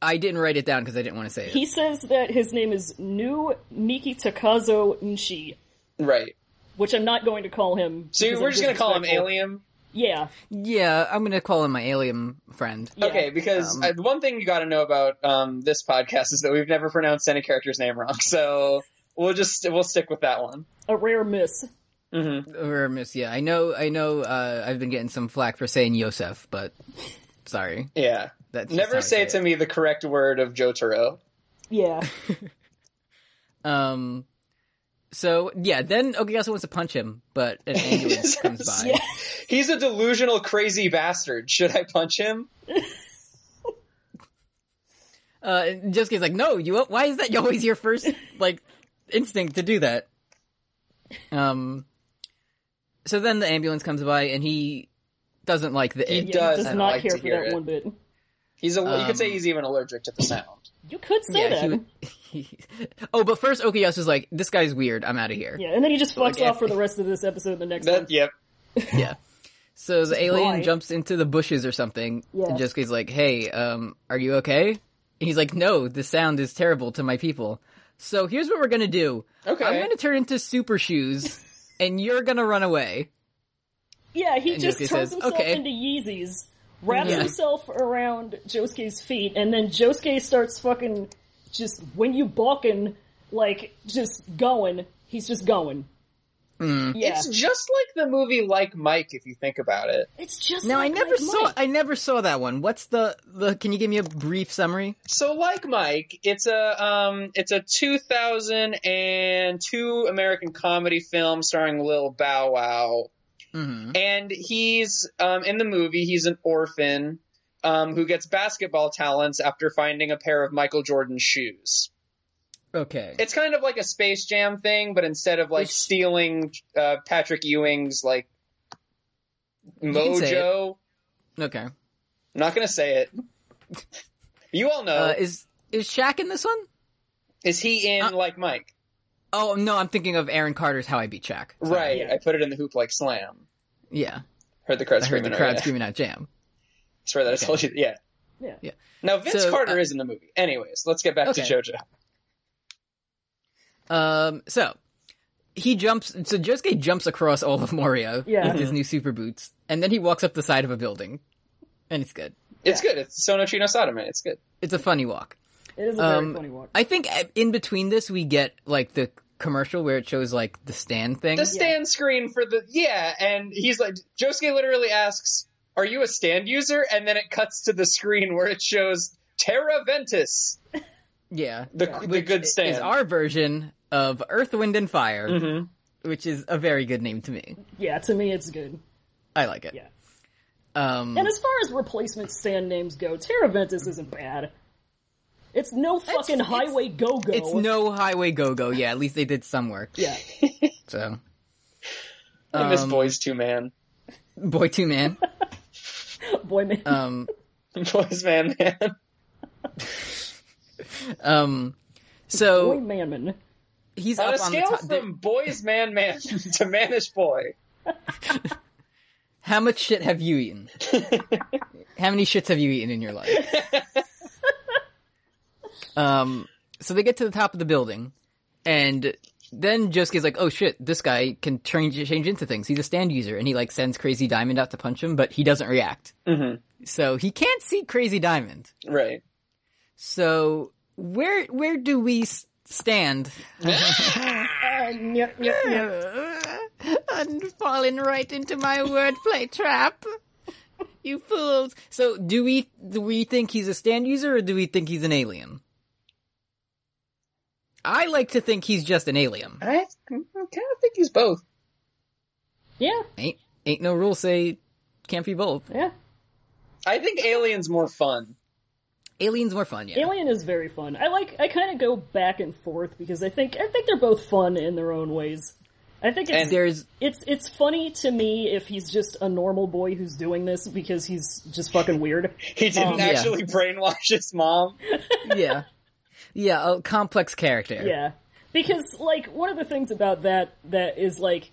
S1: I didn't write it down because I didn't want to say it.
S3: He says that his name is New Miki Takazo Nshi,
S2: Right.
S3: which I'm not going to call him.
S2: So
S3: because
S2: we're
S3: I'm
S2: just going to call him
S3: disrespectful.
S2: Alien.
S3: Yeah.
S1: yeah, I'm gonna call him my alien friend.
S3: yeah.
S2: Okay, because
S1: Um,
S2: uh, the one thing you got to know about um, this podcast is that we've never pronounced any character's name wrong. (laughs) So we'll just we'll stick with that one.
S3: A rare miss.
S2: hmm
S1: Or miss. Yeah, I know. I know. Uh, I've been getting some flack for saying Yosef, but sorry.
S2: Yeah.
S1: That's just how I
S2: Never say to
S1: it.
S2: me the correct word of Jotaro.
S3: Yeah.
S1: Um. So yeah, then Okuyasu wants to punch him, but
S2: (laughs)
S1: an ambulance comes by.
S3: Yeah.
S2: He's a delusional, crazy bastard. Should I punch him?
S1: Uh, and Josuke's like, "No, you. Why is that (laughs) always your first like instinct to do that?" Um. So then the ambulance comes by, and he doesn't like the
S2: He
S1: it.
S3: Yeah,
S2: does
S3: does
S2: not
S3: not
S2: like
S3: care
S2: to
S3: for
S2: hear
S3: that
S2: it.
S3: one bit.
S2: He's a, you could say
S1: Um,
S2: he's even allergic to the sound.
S3: You could say
S1: Yeah,
S3: that.
S1: he would- (laughs) he- oh, but first Okuyasu's like, "This guy's weird. I'm out of here."
S3: Yeah, and then he just fucks
S1: Like,
S3: off for the rest of this episode and the next one.
S2: That, yep.
S1: Yeah. So the alien
S3: blind.
S1: jumps into the bushes or something,
S3: Yeah.
S1: and Josuke's like, "Hey, um, are you okay?" And he's like, "No, the sound is terrible to my people." So here's what we're gonna do.
S2: Okay.
S1: I'm gonna turn into super
S3: (laughs)
S1: shoes, and you're gonna run away.
S3: Yeah, he
S1: And
S3: just
S1: Josuke
S3: turns
S1: says,
S3: himself
S1: "Okay."
S3: into Yeezys, wraps
S1: Yeah.
S3: himself around Josuke's feet, and then Josuke starts fucking just when you balking, like just going. He's just going.
S1: Mm.
S3: Yeah,
S2: It's just like the movie Like Mike, if you think about it.
S3: It's just.
S1: Now
S3: like
S1: I never
S3: Mike
S1: saw
S3: Mike.
S1: I never saw that one. What's the the? Can you give me a brief summary?
S2: So, Like Mike, it's a um, it's a 2002 American comedy film starring Lil Bow Wow,
S1: hmm
S2: and he's um, in the movie. He's an orphan um, who gets basketball talents after finding a pair of Michael Jordan shoes.
S1: Okay.
S2: It's kind of like a Space Jam thing, but instead of like
S1: It's-
S2: stealing uh, Patrick Ewing's like
S1: can say it.
S2: mojo,
S1: Okay. Uh,
S2: I'm not gonna say it. You all know.
S1: Uh, is is Shaq in this one?
S2: Is he in
S1: Uh,
S2: like Mike?
S1: Oh no, I'm thinking of Aaron Carter's How I Beat Shaq. Sorry.
S2: Right.
S3: yeah.
S2: I put it in the hoop like slam.
S1: Yeah.
S2: Heard the crowd
S1: I heard
S2: screaming.
S1: the
S2: I
S1: crowd screaming out jam.
S2: Swear that I told you. Yeah.
S3: Yeah.
S1: Yeah.
S2: Now Vince
S1: So,
S2: Carter
S1: uh,
S2: is in the movie. Anyways, let's get back
S1: Okay.
S2: to JoJo.
S1: Um, so he jumps. So Josuke jumps across all of Moria
S3: Yeah.
S1: with his new super boots, and then he walks up the side of a building, and it's good.
S2: It's
S3: Yeah.
S2: good. It's Sono Chino Sadame. It's good.
S1: It's a funny walk.
S3: It is a very
S1: Um,
S3: funny one.
S1: I think uh, in between this we get like the commercial where it shows like the stand thing.
S2: The stand screen for the yeah, and he's like Josuke literally asks, "Are you a stand user?" And then it cuts to the screen where it shows Terra Ventus,
S1: yeah,
S2: the the
S1: Which
S2: good stand.
S1: is our version of Earth, Wind, and Fire,
S2: Mhm.
S1: which is a very good name to me.
S3: Yeah, to me it's good.
S1: I like it.
S3: Yeah.
S1: Um,
S3: And as far as replacement stand names go, Terra Ventus isn't bad. It's no fucking
S1: it's-
S3: Highway Go Go.
S1: it's no Highway Go Go. Yeah, at least they did some work.
S3: (laughs) Yeah.
S1: So
S2: I miss
S1: um,
S2: Boys Two Man, (laughs)
S1: boy, two man.
S3: Boy, man.
S1: Um.
S2: Boys Man Man.
S1: Um,
S3: Boy,
S1: so
S3: man, man.
S1: he's
S2: On a
S1: up on the
S2: scale
S1: top.
S2: from Boys Man Man (laughs) to Manish Boy.
S1: How much shit have you eaten? How many shits have you eaten in your life? um, so they get to the top of the building, and then Josuke's like, "Oh shit, this guy can change change into things. He's a stand user," and he like sends Crazy Diamond out to punch him, but he doesn't react.
S2: Mhm.
S1: So he can't see Crazy Diamond.
S2: Right.
S1: So where where do we s- stand?
S3: Uh, nyeh, nyeh,
S1: (laughs)
S3: nyeh.
S1: and fallen right into my wordplay trap. You fools! So, do we do we think he's a stand user or do we think he's an alien? I like to think he's just an alien.
S2: I, I kind of think he's both.
S3: Yeah,
S1: Ain't ain't no rule say can't be both.
S3: yeah.
S2: I think Alien's more fun.
S1: Alien's more fun, yeah.
S3: Alien is very fun. I like. I kind of go back and forth because I think I think they're both fun in their own ways. I think it's
S2: And-
S1: There's
S3: it's it's funny to me if he's just a normal boy who's doing this because he's just fucking weird.
S2: He didn't
S3: Um,
S1: yeah.
S2: actually brainwash his mom.
S1: yeah. Yeah, a complex character.
S3: Yeah. Because like one of the things about that that is like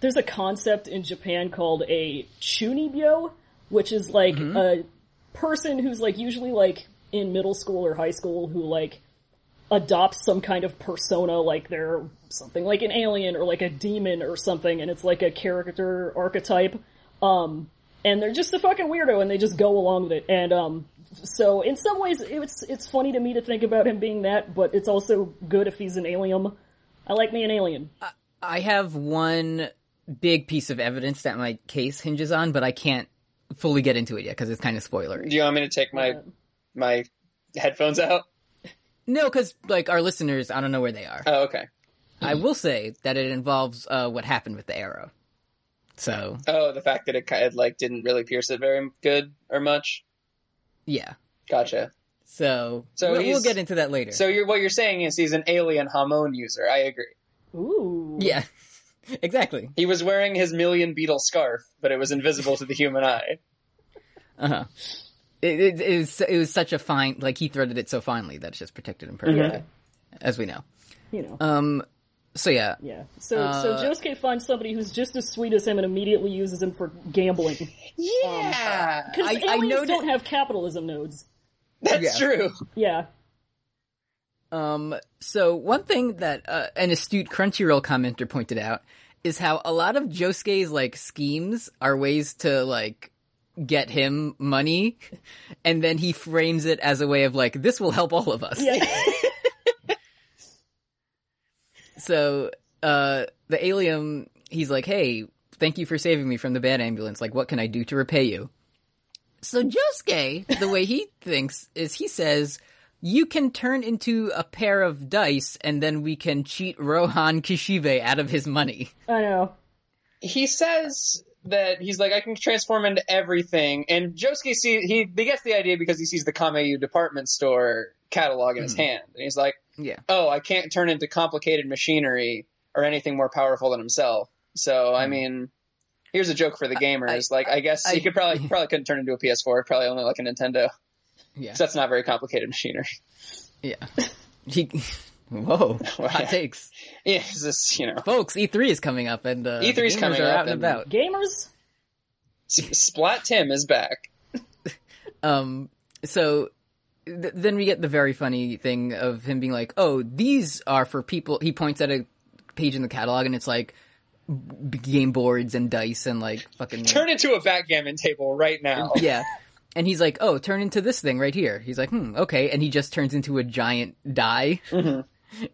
S3: there's a concept in Japan called a chunibyo, which is like a person who's like usually like in middle school or high school who like adopts some kind of persona like they're something like an alien or like a demon or something and it's like a character archetype um and they're just a fucking weirdo and they just go along with it and um so in some ways it's it's funny to me to think about him being that but it's also good if he's an alien i like me an alien
S1: I have one big piece of evidence that my case hinges on, but I can't fully get into it yet because it's kind of spoilery.
S2: Do you want me to take my
S3: Uh,
S2: my headphones out?
S1: No, because like our listeners, I don't know where they are.
S2: Oh, okay.
S1: I will say that it involves uh, what happened with the arrow. So
S2: Oh, the fact that it kind of like didn't really pierce it very good or much.
S1: yeah,
S2: Gotcha.
S1: so,
S2: So
S1: we'll,
S2: he's-
S1: we'll get into that later.
S2: So you're what you're saying is he's an alien hormone user. I agree.
S3: ooh
S1: yeah, (laughs) exactly.
S2: He was wearing his million beetle scarf, but it was invisible to the human eye.
S1: Uh huh. It, it, it was it was such a fine like he threaded it so finely that it's just protected him perfectly,
S3: Yeah.
S1: as we know.
S3: you know
S1: Um. So yeah,
S3: yeah so so
S1: uh,
S3: josuke finds somebody who's just as sweet as him and immediately uses him for gambling
S2: Yeah,
S3: because
S1: (laughs) I- I
S3: aliens
S1: noted-
S3: don't have capitalism nodes
S2: that's
S1: Yeah.
S2: true.
S3: yeah
S1: Um, so one thing that uh, an astute Crunchyroll commenter pointed out is how a lot of Josuke's like schemes are ways to like get him money, (laughs) and then he frames it as a way of like this will help all of us.
S3: yeah (laughs)
S1: So uh, the alien, he's like, "Hey, thank you for saving me from the bad ambulance. Like, what can I do to repay you?" So Josuke, the way he (laughs) thinks is, he says. You can turn into a pair of dice, and then we can cheat Rohan Kishibe out of his money.
S3: i know
S2: He says that he's like I can transform into everything, and Josuke see he, he gets the idea because he sees the Kameyu department store catalog in his hand, and he's like,
S1: Yeah,
S2: oh, I can't turn into complicated machinery or anything more powerful than himself. So I mean, here's a joke for the gamers. like I guess
S1: I-
S2: he could probably probably couldn't turn into a PS4, probably only like a Nintendo.
S1: yeah,
S2: 'Cause that's not very complicated machinery. (laughs)
S1: yeah. (laughs) He, whoa, hot
S2: Wow.
S1: takes,
S2: Yeah, it's just you know
S1: (laughs) folks. E three is coming up, and uh,
S2: E3 E is
S1: the gamers
S2: coming
S1: are
S2: up
S1: out and
S2: and-
S1: about.
S3: gamers
S2: S- Splat Tim is back.
S1: Um, so th- then we get the very funny thing of him being like, "Oh, these are for people." He points at a page in the catalog, and it's like b- game boards and dice and like fucking
S2: Turn into a backgammon table
S1: (laughs)
S2: right now.
S1: yeah. And he's like, "Oh, turn into this thing right here." He's like, "Hmm, okay." And he just turns into a giant die. (laughs)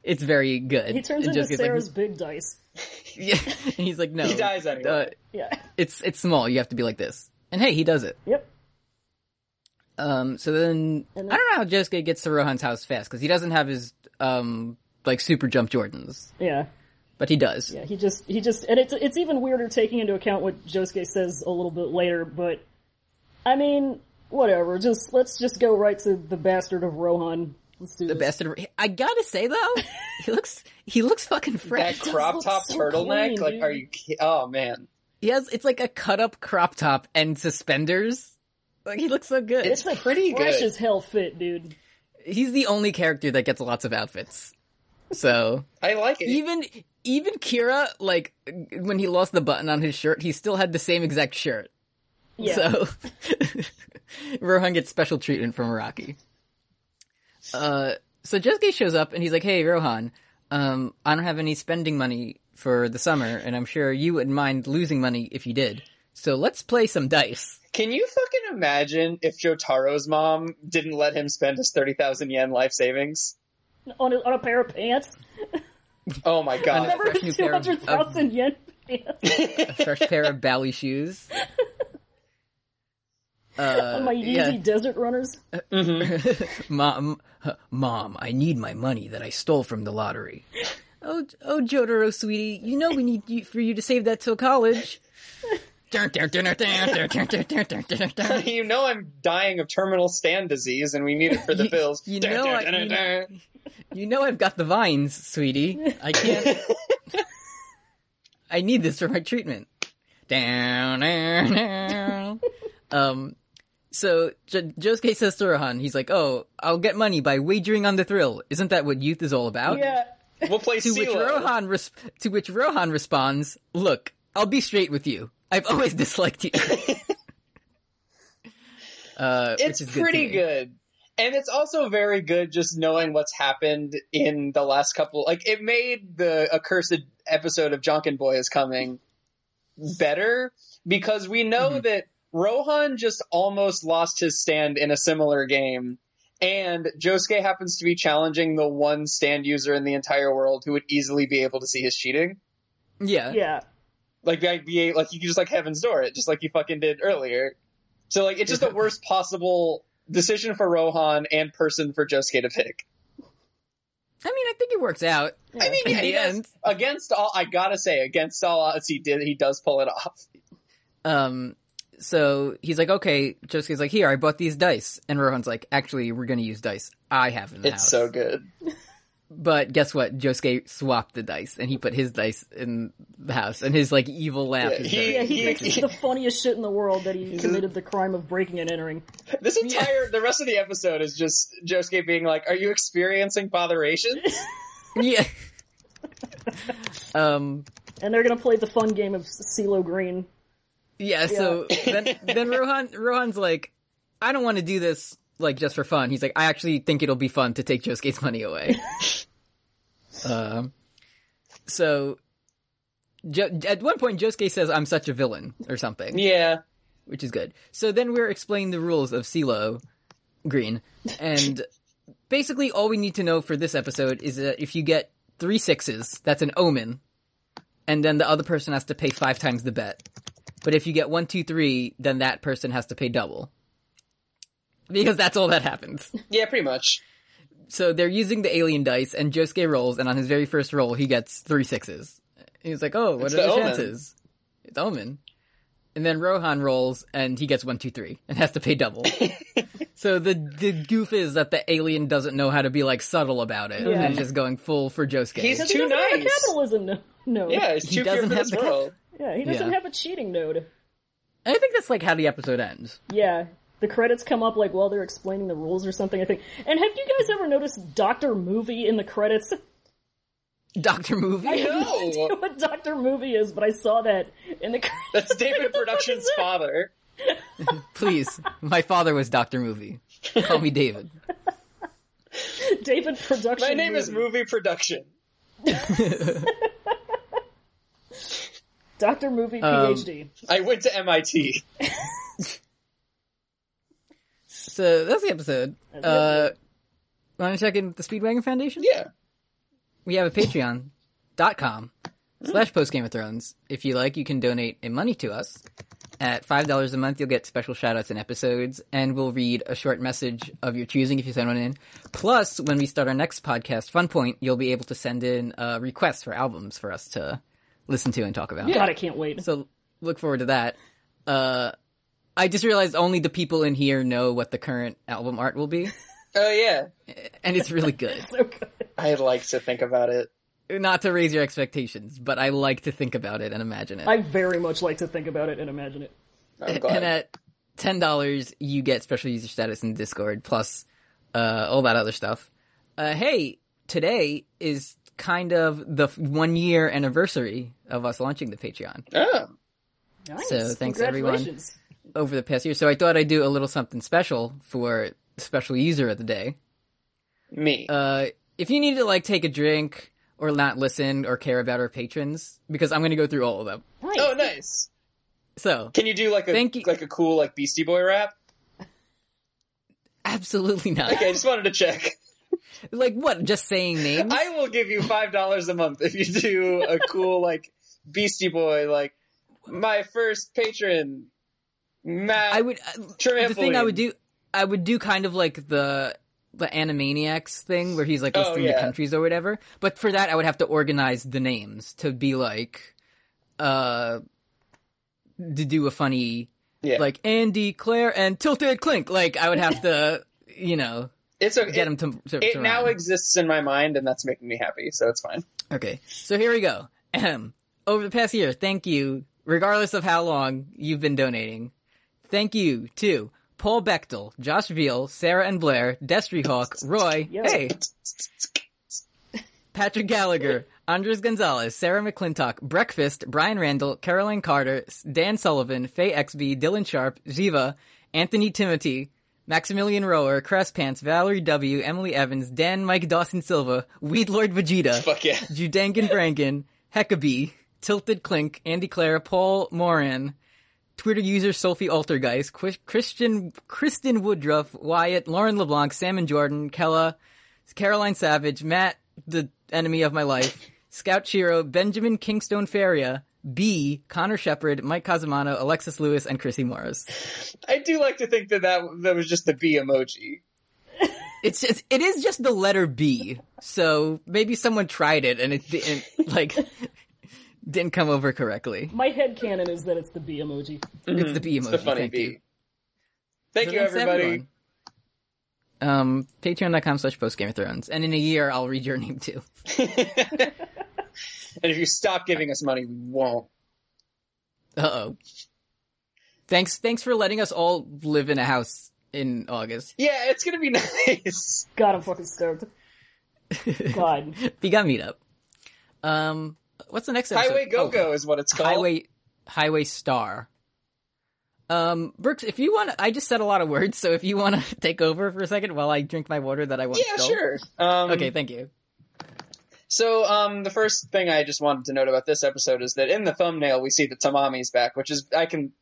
S1: It's very good.
S3: he turns
S1: It
S3: into
S1: just gets like-
S3: sarah's big dice
S1: (laughs) yeah. And he's like, "No." Uh,
S2: He dies anyway.
S3: yeah
S1: it's it's small. You have to be like this. And hey, he does it.
S3: yep
S1: Um, so then,
S3: And
S1: I don't know how Josuke gets to Rohan's house fast because he doesn't have his um like super jump Jordans,
S3: yeah
S1: but he does.
S3: Yeah, he just he just and it's it's even weirder taking into account what Josuke says a little bit later, but I mean, whatever. Just let's just go right to the bastard of Rohan. Let's do
S1: The
S3: this.
S1: best. Of, I gotta say though, (laughs) he looks he looks fucking
S2: That
S1: fresh.
S2: crop
S3: looks
S2: top
S3: so
S2: turtleneck,
S3: clean,
S2: like,
S3: dude.
S2: are you? ki- Oh man,
S1: He has it's like a cut up crop top and suspenders. Like he looks so good.
S2: it's, pretty
S3: Fresh
S2: good.
S3: as hell fit, dude.
S1: He's the only character that gets lots of outfits.
S3: (laughs)
S1: So
S2: I like it.
S1: even even Kira, like when he lost the button on his shirt, he still had the same exact shirt.
S3: Yeah.
S1: So (laughs) Rohan gets special treatment from Rocky. Uh, so Josuke shows up and he's like, "Hey, Rohan, um, I don't have any spending money for the summer, and I'm sure you wouldn't mind losing money if you did. So let's play some dice."
S2: Can you fucking imagine if Jotaro's mom didn't let him spend his 30,000 yen life savings?
S3: on a, on a pair of pants.
S2: Oh my god.
S3: Remember
S1: fresh new
S3: his two
S1: pair of-
S3: hundred thousand yen pants.
S1: A fresh pair of bally shoes. Uh,
S3: On my
S1: yeah.
S3: Yeezy Desert Runners.
S2: Mhm.
S1: Mom, mom, I need my money that I stole from the lottery. Oh, oh, Jotaro, sweetie, you know we need you, for you to save that till (laughs) college. you
S2: (laughs) you know I'm dying of terminal stand disease, and we need it for
S1: (laughs)
S2: the
S1: You-
S2: bills.
S1: you know I- you know- know I've got the vines, sweetie. I can't. (laughs) I need this for my treatment. (laughs) Down, down, down. um, so jo- Josuke says to Rohan, he's like, "Oh, I'll get money by wagering on the thrill. Isn't that what youth is all about?"
S3: Yeah.
S2: We'll play
S1: To which
S2: CeeLo.
S1: Rohan res- to which Rohan responds, "Look, I'll be straight with you. I've always (laughs) disliked you." uh, which
S2: It's
S1: is to
S2: pretty
S1: me.
S2: good. And it's also very good just knowing what's happened in the last couple. Like, it made the accursed episode of Jonkin Boy is Coming better because we know
S1: Mhm.
S2: that Rohan just almost lost his stand in a similar game. And Josuke happens to be challenging the one stand user in the entire world who would easily be able to see his cheating.
S1: Yeah.
S3: Yeah.
S2: Like the IBA, like you can just like Heaven's Door it, just like you fucking did earlier. So like it's just the worst possible decision for Rohan and person for Josuke to pick.
S1: I mean, I think it works out.
S3: yeah.
S2: I mean,
S1: In
S2: yeah, he
S1: the
S2: does-
S1: end.
S2: against all, I gotta say, against all odds, he did he does pull it off.
S1: Um, so he's like, "Okay." Josuke's like, "Here, I bought these dice," and Rohan's like, "Actually, we're gonna use dice I have in the
S2: It's
S1: house."
S2: so good.
S1: But guess what? Josuke swapped the dice, and he put his dice in the house, and his like evil laugh.
S2: Yeah,
S1: is
S2: he- (laughs)
S1: very- (laughs)
S3: Yeah, he
S2: Yeah,
S3: thinks it's
S2: he-
S3: the funniest shit in the world that he committed the crime of breaking and entering.
S2: This entire the rest of the episode is just Josuke being like, "Are you experiencing botheration?"
S1: yeah. (laughs) um.
S3: And they're gonna play the fun game of CeeLo Green.
S1: Yeah, so then then Rohan Rohan's like, I don't want to do this like just for fun. He's like, I actually think it'll be fun to take Josuke's (laughs) money away. um, so jo- at one point Josuke says, "I'm such a villain" or something,
S2: yeah,
S1: which is good. So then we're explaining the rules of CeeLo Green, and basically all we need to know for this episode is that if you get three sixes, that's an omen, and then the other person has to pay five times the bet. But if you get one, two, three, then that person has to pay double. Because that's all that happens.
S2: yeah, pretty much.
S1: So they're using the alien dice, and Josuke rolls, and on his very first roll, he gets three sixes. He's like, "Oh, what
S2: It's
S1: are
S2: the
S1: the,
S2: omen.
S1: chances?" It's omen. And then Rohan rolls, and he gets one, two, three, and has to pay
S2: (laughs)
S1: double. so the the goof is that the alien doesn't know how to be like subtle about it,
S3: Yeah.
S1: and just going full for Josuke.
S2: He's
S3: he
S2: Too
S3: doesn't have a
S2: nice.
S3: capitalism no- node.
S2: Yeah, it's
S1: He
S2: too pure for
S1: doesn't have
S2: this
S1: the cap-
S2: world.
S3: Yeah, he doesn't
S1: Yeah.
S3: have a cheating node.
S1: I think that's like how the episode ends.
S3: Yeah. The credits come up like while they're explaining the rules or something, I think. And have you guys ever noticed Doctor Movie in the credits? (laughs)
S1: Doctor Movie.
S3: I (laughs) have
S2: No.
S3: idea what Doctor Movie is, but I saw that in the (laughs) credits.
S2: That's David Productions' father.
S1: Please, my father was Doctor Movie. Call me David.
S3: David Production.
S2: My name is Movie Production.
S3: Doctor Movie
S1: Um,
S3: PhD.
S2: I went to MIT.
S1: So that's the episode. Uh, want to check in with the Speedwagon Foundation?
S2: Yeah.
S1: we have a patreon.com slash post game of thrones if you like you can donate in money to us at $5 a month you'll get special shout outs and episodes and we'll read a short message of your choosing if you send one in plus when we start our next podcast fun point you'll be able to send in uh, requests for albums for us to listen to and talk about
S3: God, I can't wait. (laughs)
S1: so look forward to that uh, i just realized only the people in here know what the current album art will be
S2: Oh yeah.
S1: and it's really good
S3: So good.
S2: I like to think about it.
S1: not to raise your expectations, but I like to think about it and imagine it.
S3: I very much like to think about it and imagine it.
S2: I'm
S1: and
S2: glad.
S1: at ten dollars, you get special user status in Discord, plus uh, all that other stuff. Uh, hey, today is kind of the f- one year anniversary of us launching the Patreon
S2: Oh,
S3: Nice.
S1: So, thanks, everyone.
S3: Congratulations.
S1: over the past year. So I thought I'd do a little something special for special user of the day.
S2: me.
S1: Uh, if you need to like take a drink or not listen or care about our patrons, because I'm going to go through all of them.
S3: Nice.
S2: oh, nice.
S1: So
S2: Can you do like a
S1: Thank you.
S2: like a cool like Beastie Boy rap?
S1: absolutely not.
S2: Okay, I just wanted
S1: (laughs)
S2: to check.
S1: Like what? Just saying names.
S2: I will give you five dollars a month if you do a cool like Beastie Boy like my first patron Matt,
S1: I would uh, the thing I would do I would do kind of like the the Animaniacs thing where he's like
S2: Oh,
S1: listing
S2: yeah.
S1: the countries or whatever. But for that I would have to organize the names to be like uh to do a funny
S2: yeah.
S1: like Andy, Claire, and Tilted Clink. Like I would have to, you know,
S2: it's okay.
S1: get him to. to,
S2: it
S1: to
S2: now
S1: rhyme.
S2: exists in my mind, and that's making me happy, so it's fine.
S1: Okay, so here we go. Ahem. Over the past year, thank you, regardless of how long you've been donating. Thank you to Paul Bechtel, Josh Veal, Sarah and Blair, Destry Hawk, Roy,
S3: Yo.
S1: hey, Patrick Gallagher, Andres Gonzalez, Sarah McClintock, Breakfast, Brian Randall, Caroline Carter, S- Dan Sullivan, Faye XB, Dylan Sharp, Ziva, Anthony Timothy, Maximilian Rower, Cress Pants, Valerie W, Emily Evans, Dan Mike Dawson Silva, Weed Lord Vegeta.
S2: Fuck yeah. (laughs)
S1: Judangan Brangan, Heckabee, Tilted Clink, Andy Clara, Paul Moran, Twitter user Sophie Altergeist, Quis- Christian Kristen Woodruff, Wyatt, Lauren LeBlanc, Sam and Jordan, Kella, Caroline Savage, Matt, the enemy of my life, Scout Shiro, Benjamin Kingstone Feria, B, Connor Shepard, Mike Casamano, Alexis Lewis, and Chrissy Morris.
S2: I do like to think that that, that was just the B emoji.
S1: It's just, it is just the letter B. So maybe someone tried it and it didn't like (laughs) didn't come over correctly.
S3: My head canon is that it's the B emoji.
S1: It's the B emoji.
S2: Mm-hmm. It's the funny
S1: Thank
S2: B.
S1: you.
S2: Thank
S1: So
S2: you,
S1: thanks to
S2: everybody.
S1: everyone. Um, patreon.com slash post Game of Thrones. And in a year, I'll read your name too.
S2: (laughs) And if you stop giving us money, we won't.
S1: Uh oh. Thanks, thanks for letting us all live in a house in August. (laughs)
S2: Yeah, it's gonna be (laughs) nice.
S3: God, I'm
S2: (laughs)
S3: fucking stoked. God.
S1: We got meet up. Um, what's the next episode?
S2: Highway Go Go
S1: Oh,
S2: is what it's called.
S1: Highway, Highway Star. Um, Brooks, if you want, I just said a lot of words, so if you want to (laughs) take over for a second while I drink my water that I want
S2: Yeah,
S1: still.
S2: sure. Um,
S1: Okay, thank you.
S2: So, um, the first thing I just wanted to note about this episode is that in the thumbnail we see that Tamami's back, which is I can,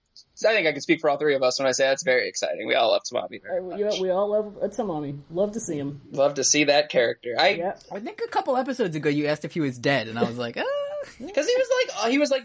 S2: I think I can speak for all three of us when I say that's very exciting. We all love Tamami.
S3: All
S2: Very
S3: right,
S2: much.
S3: we, we all love a Tamami. Love to see him.
S2: Love to see that character. I
S3: Yeah.
S1: I think a couple episodes ago you asked if he was dead, and I was like, (laughs) ah.
S2: Because he was like, oh, he was like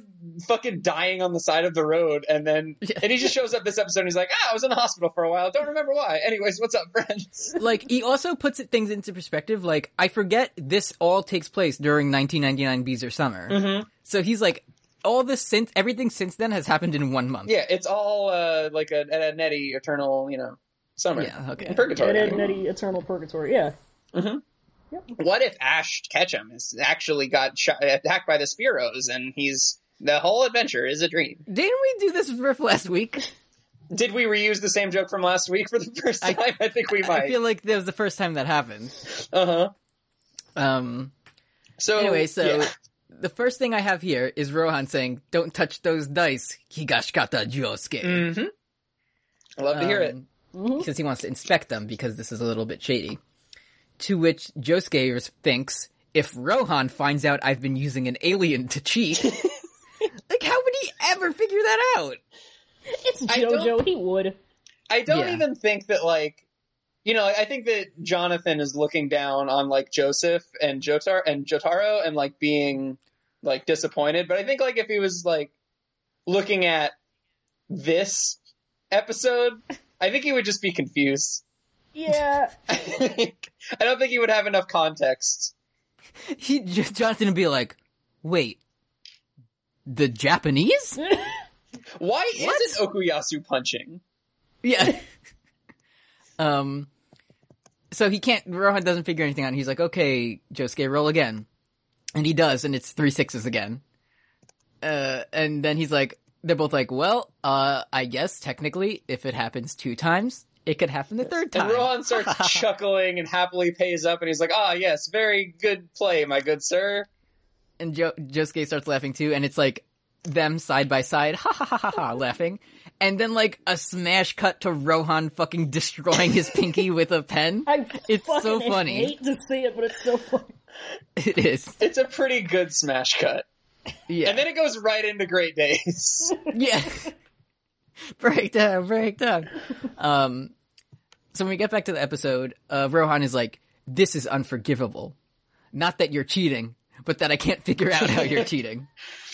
S2: fucking dying on the side of the road, and then
S1: (laughs) Yeah.
S2: and he just shows up this episode. and He's like, ah, I was in the hospital for a while. Don't remember why. Anyways, what's up, friends?
S1: like he also puts it- things into perspective. Like I forget this all takes place during 1999 Beezer Summer.
S2: Mm.
S1: So he's like, all this since everything since then has happened in one month.
S2: Yeah, it's all uh, like a, a netty eternal, you know, summer.
S1: Yeah, okay.
S3: And
S2: Purgatory.
S3: Ed Nettie, Eternal Purgatory. Yeah.
S2: What if Ash Ketchum is actually got shot, attacked by the Spiros, and he's the whole adventure is a dream?
S1: Didn't we do this riff last week?
S2: Did we reuse the same joke from last week for the first
S1: I-
S2: time? I, think we
S1: I
S2: might.
S1: feel like that was the first time that happened.
S2: Uh huh.
S1: Um.
S2: So
S1: Anyway, so
S2: Oh, yeah.
S1: the first thing I have here is Rohan saying, "Don't touch those dice, Higashikata Josuke."
S2: Mhm. I love to hear it. Mm-hmm.
S1: Um,
S3: Mhm.
S1: Because he wants to inspect them because this is a little bit shady. To which Josuke res- thinks, if Rohan finds out I've been using an alien to
S2: (laughs)
S1: cheat, like how would he ever figure that out?
S3: It's
S2: I don't-
S3: JoJo. He would.
S2: I don't
S1: Yeah.
S2: even think that like you know, I think that Jonathan is looking down on like Joseph and Jotar and Jotaro and like being like disappointed. But I think like if he was like looking at this episode, I think he would just be confused. (laughs)
S3: Yeah.
S2: I think- I don't think he would have enough context.
S1: He J- Jonathan would be like, wait, the Japanese?
S2: Why
S1: What?
S2: isn't Okuyasu punching?
S1: Yeah. (laughs) um. So he can't. Rohan doesn't figure anything out. He's like, okay, Josuke, roll again, and he does, and it's three sixes again. Uh, and then he's like, they're both like, well, uh, I guess technically, if it happens two times, it could happen the third time.
S2: And
S1: (laughs)
S2: Rohan starts chuckling and happily pays up and he's like, Ah yes, very good play, my good sir.
S1: and jo- Josuke starts laughing too, and it's like them side by side, ha ha ha ha ha, laughing, and then like a smash cut to Rohan fucking destroying his pinky with a pen.
S3: (laughs)
S1: (laughs)
S3: I
S1: It's
S3: fucking
S1: so funny.
S3: hate to see it, but it's so funny.
S1: It is,
S2: It's a pretty good smash cut.
S1: yeah.
S2: And then it goes right into Great Days.
S1: (laughs) Yeah. breakdown, breakdown. Um, so when we get back to the episode, uh, Rohan is like, this is unforgivable. Not that you're cheating, but that I can't figure out how you're cheating.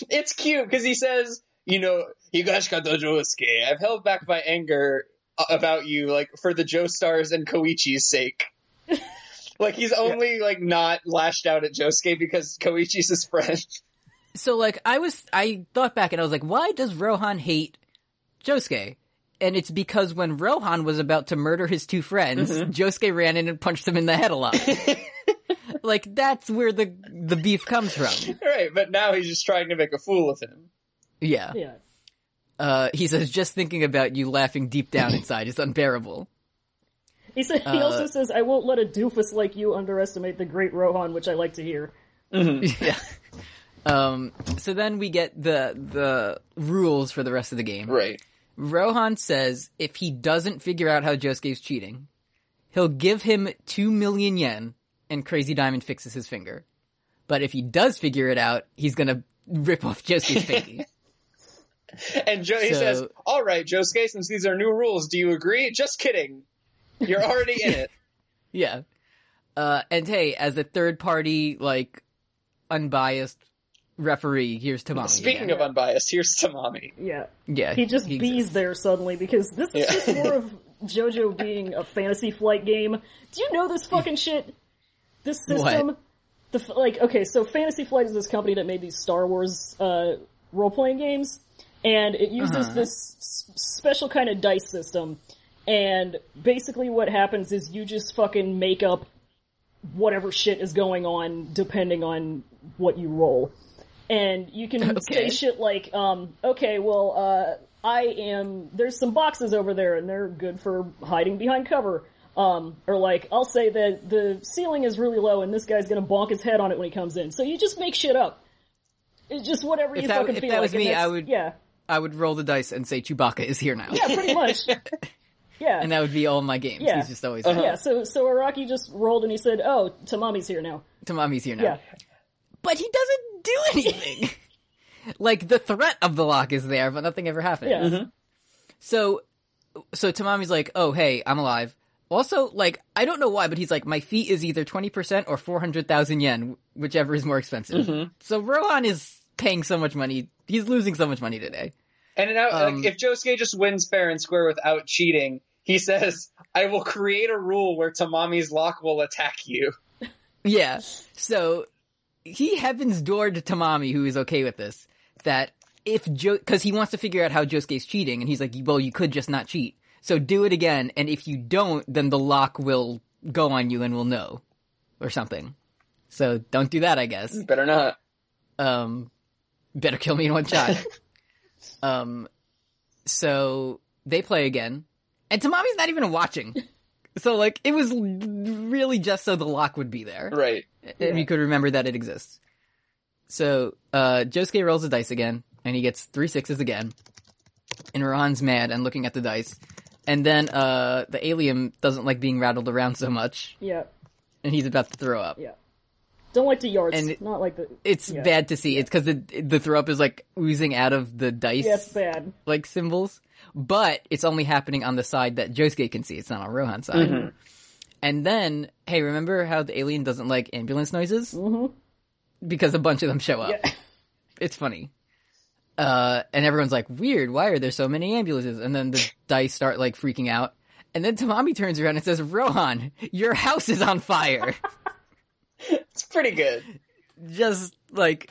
S2: it's cute because he says, you know, Higashikadojosuke, I've held back my anger a- about you, like, for the Joestars and Koichi's
S1: (laughs)
S2: sake. like, he's only, like, not lashed out at Josuke because Koichi's his friend. (laughs)
S1: So like I was I thought back and I was like, why does Rohan hate Josuke? And it's because when Rohan was about to murder his two friends, Josuke ran in and punched him in the head a lot. like that's where the the beef comes from.
S2: right, but now he's just trying to make a fool of him.
S1: Yeah.
S3: Yeah.
S1: Uh he says just thinking about you laughing deep down inside is unbearable.
S3: He said,
S1: Uh,
S3: he also says, "I won't let a doofus like you underestimate the great Rohan," which I like to hear.
S1: yeah. Um so then we get the the rules for the rest of the game.
S2: Right.
S1: Rohan says if he doesn't figure out how Josuke's cheating, he'll give him 2 million yen and Crazy Diamond fixes his finger. But if he does figure it out, he's gonna rip off
S3: (laughs)
S1: Josuke's pinky.
S2: And Joe, he
S1: So-
S2: says, all right, Josuke, since these are new rules, do you agree? Just kidding. You're already in
S1: (laughs)
S2: it.
S1: Yeah. Uh, and hey, as a third party, like, unbiased referee, here's Tamami.
S2: Speaking
S1: again.
S2: of unbiased, here's Tamami.
S3: Yeah.
S1: yeah,
S3: He just
S1: exists.
S3: bees there suddenly because this is
S2: Yeah.
S3: just more of JoJo being a fantasy flight game. Do you know this fucking shit? This
S1: (laughs)
S3: system,
S1: What?
S3: the f- like, okay, so Fantasy Flight is this company that made these Star Wars uh, role playing games, and it uses
S1: Uh-huh.
S3: this s- special kind of dice system. And basically, what happens is you just fucking make up whatever shit is going on depending on what you roll. And you
S1: (laughs)
S3: can
S1: Okay.
S3: say shit like, um, okay, well, uh, I am, there's some boxes over there and they're good for hiding behind cover. Um, or like, I'll say that the ceiling is really low and this guy's gonna bonk his head on it when he comes in. So you just make shit up. It's just whatever
S1: If
S3: you
S1: that-
S3: fucking
S1: if
S3: feel
S1: that
S3: like.
S1: was
S3: and
S1: me,
S3: that's-
S1: I would-
S3: Yeah.
S1: I would roll the dice and say Chewbacca is here now.
S3: Yeah, pretty
S1: (laughs)
S3: much. yeah.
S1: And that would be all my games.
S3: Yeah. Uh-huh.
S1: He's just always,
S3: yeah, so, so Araki just rolled and he said, oh, Tamami's here now.
S1: Tamami's here now.
S3: Yeah.
S1: but he doesn't
S3: (laughs)
S1: do anything. like the threat of the lock is there, but nothing ever happens.
S3: Yeah.
S1: So, so Tamami's like, "Oh, hey, I'm alive." Also, like, I don't know why, but he's like, "My fee is either twenty percent or four hundred thousand yen, whichever is more expensive."
S3: Mm-hmm.
S1: So Rohan is paying so much money; he's losing so much money today.
S2: And now,
S1: Um,
S2: like, if Josuke just wins fair and square without cheating, he says, I will create a rule where Tamami's lock will attack you.
S1: Yeah. So he heavens door to Tamami, who is okay with this, that if Joe, cause he wants to figure out how Josuke's cheating, and he's like, well, you could just not cheat. So do it again, and if you don't, then the lock will go on you and we'll know. Or something. So don't do that, I guess.
S2: (laughs) Better not.
S1: Um, better kill me in one shot. um, so they play again, and Tamami's not even watching. So like, it was l- really just so the lock would be there
S2: Right.
S1: and you could remember that it exists. So uh, Josuke rolls the dice again, and he gets three sixes again. And Rohan's mad and looking at the dice. And then uh, the alien doesn't like being rattled around so much,
S3: Yeah.
S1: and he's about to throw up.
S3: Yeah. Don't like the yards.
S1: And it-
S3: Not like the.
S1: It's
S3: Yeah.
S1: bad to see. It's because the, the throw up is like oozing out of the dice
S3: Yeah, it's bad.
S1: like symbols, but it's only happening on the side that Josuke can see. It's not on Rohan's side.
S3: Mm-hmm.
S1: And then, hey, remember how the alien doesn't like ambulance noises? Mm-hmm. Because a bunch of them show up.
S3: Yeah.
S1: It's funny. Uh, and everyone's like, weird, why are there so many ambulances? And then the dice start like freaking out. And then Tamami turns around and says, Rohan, your house is on fire.
S2: It's pretty good.
S1: just like,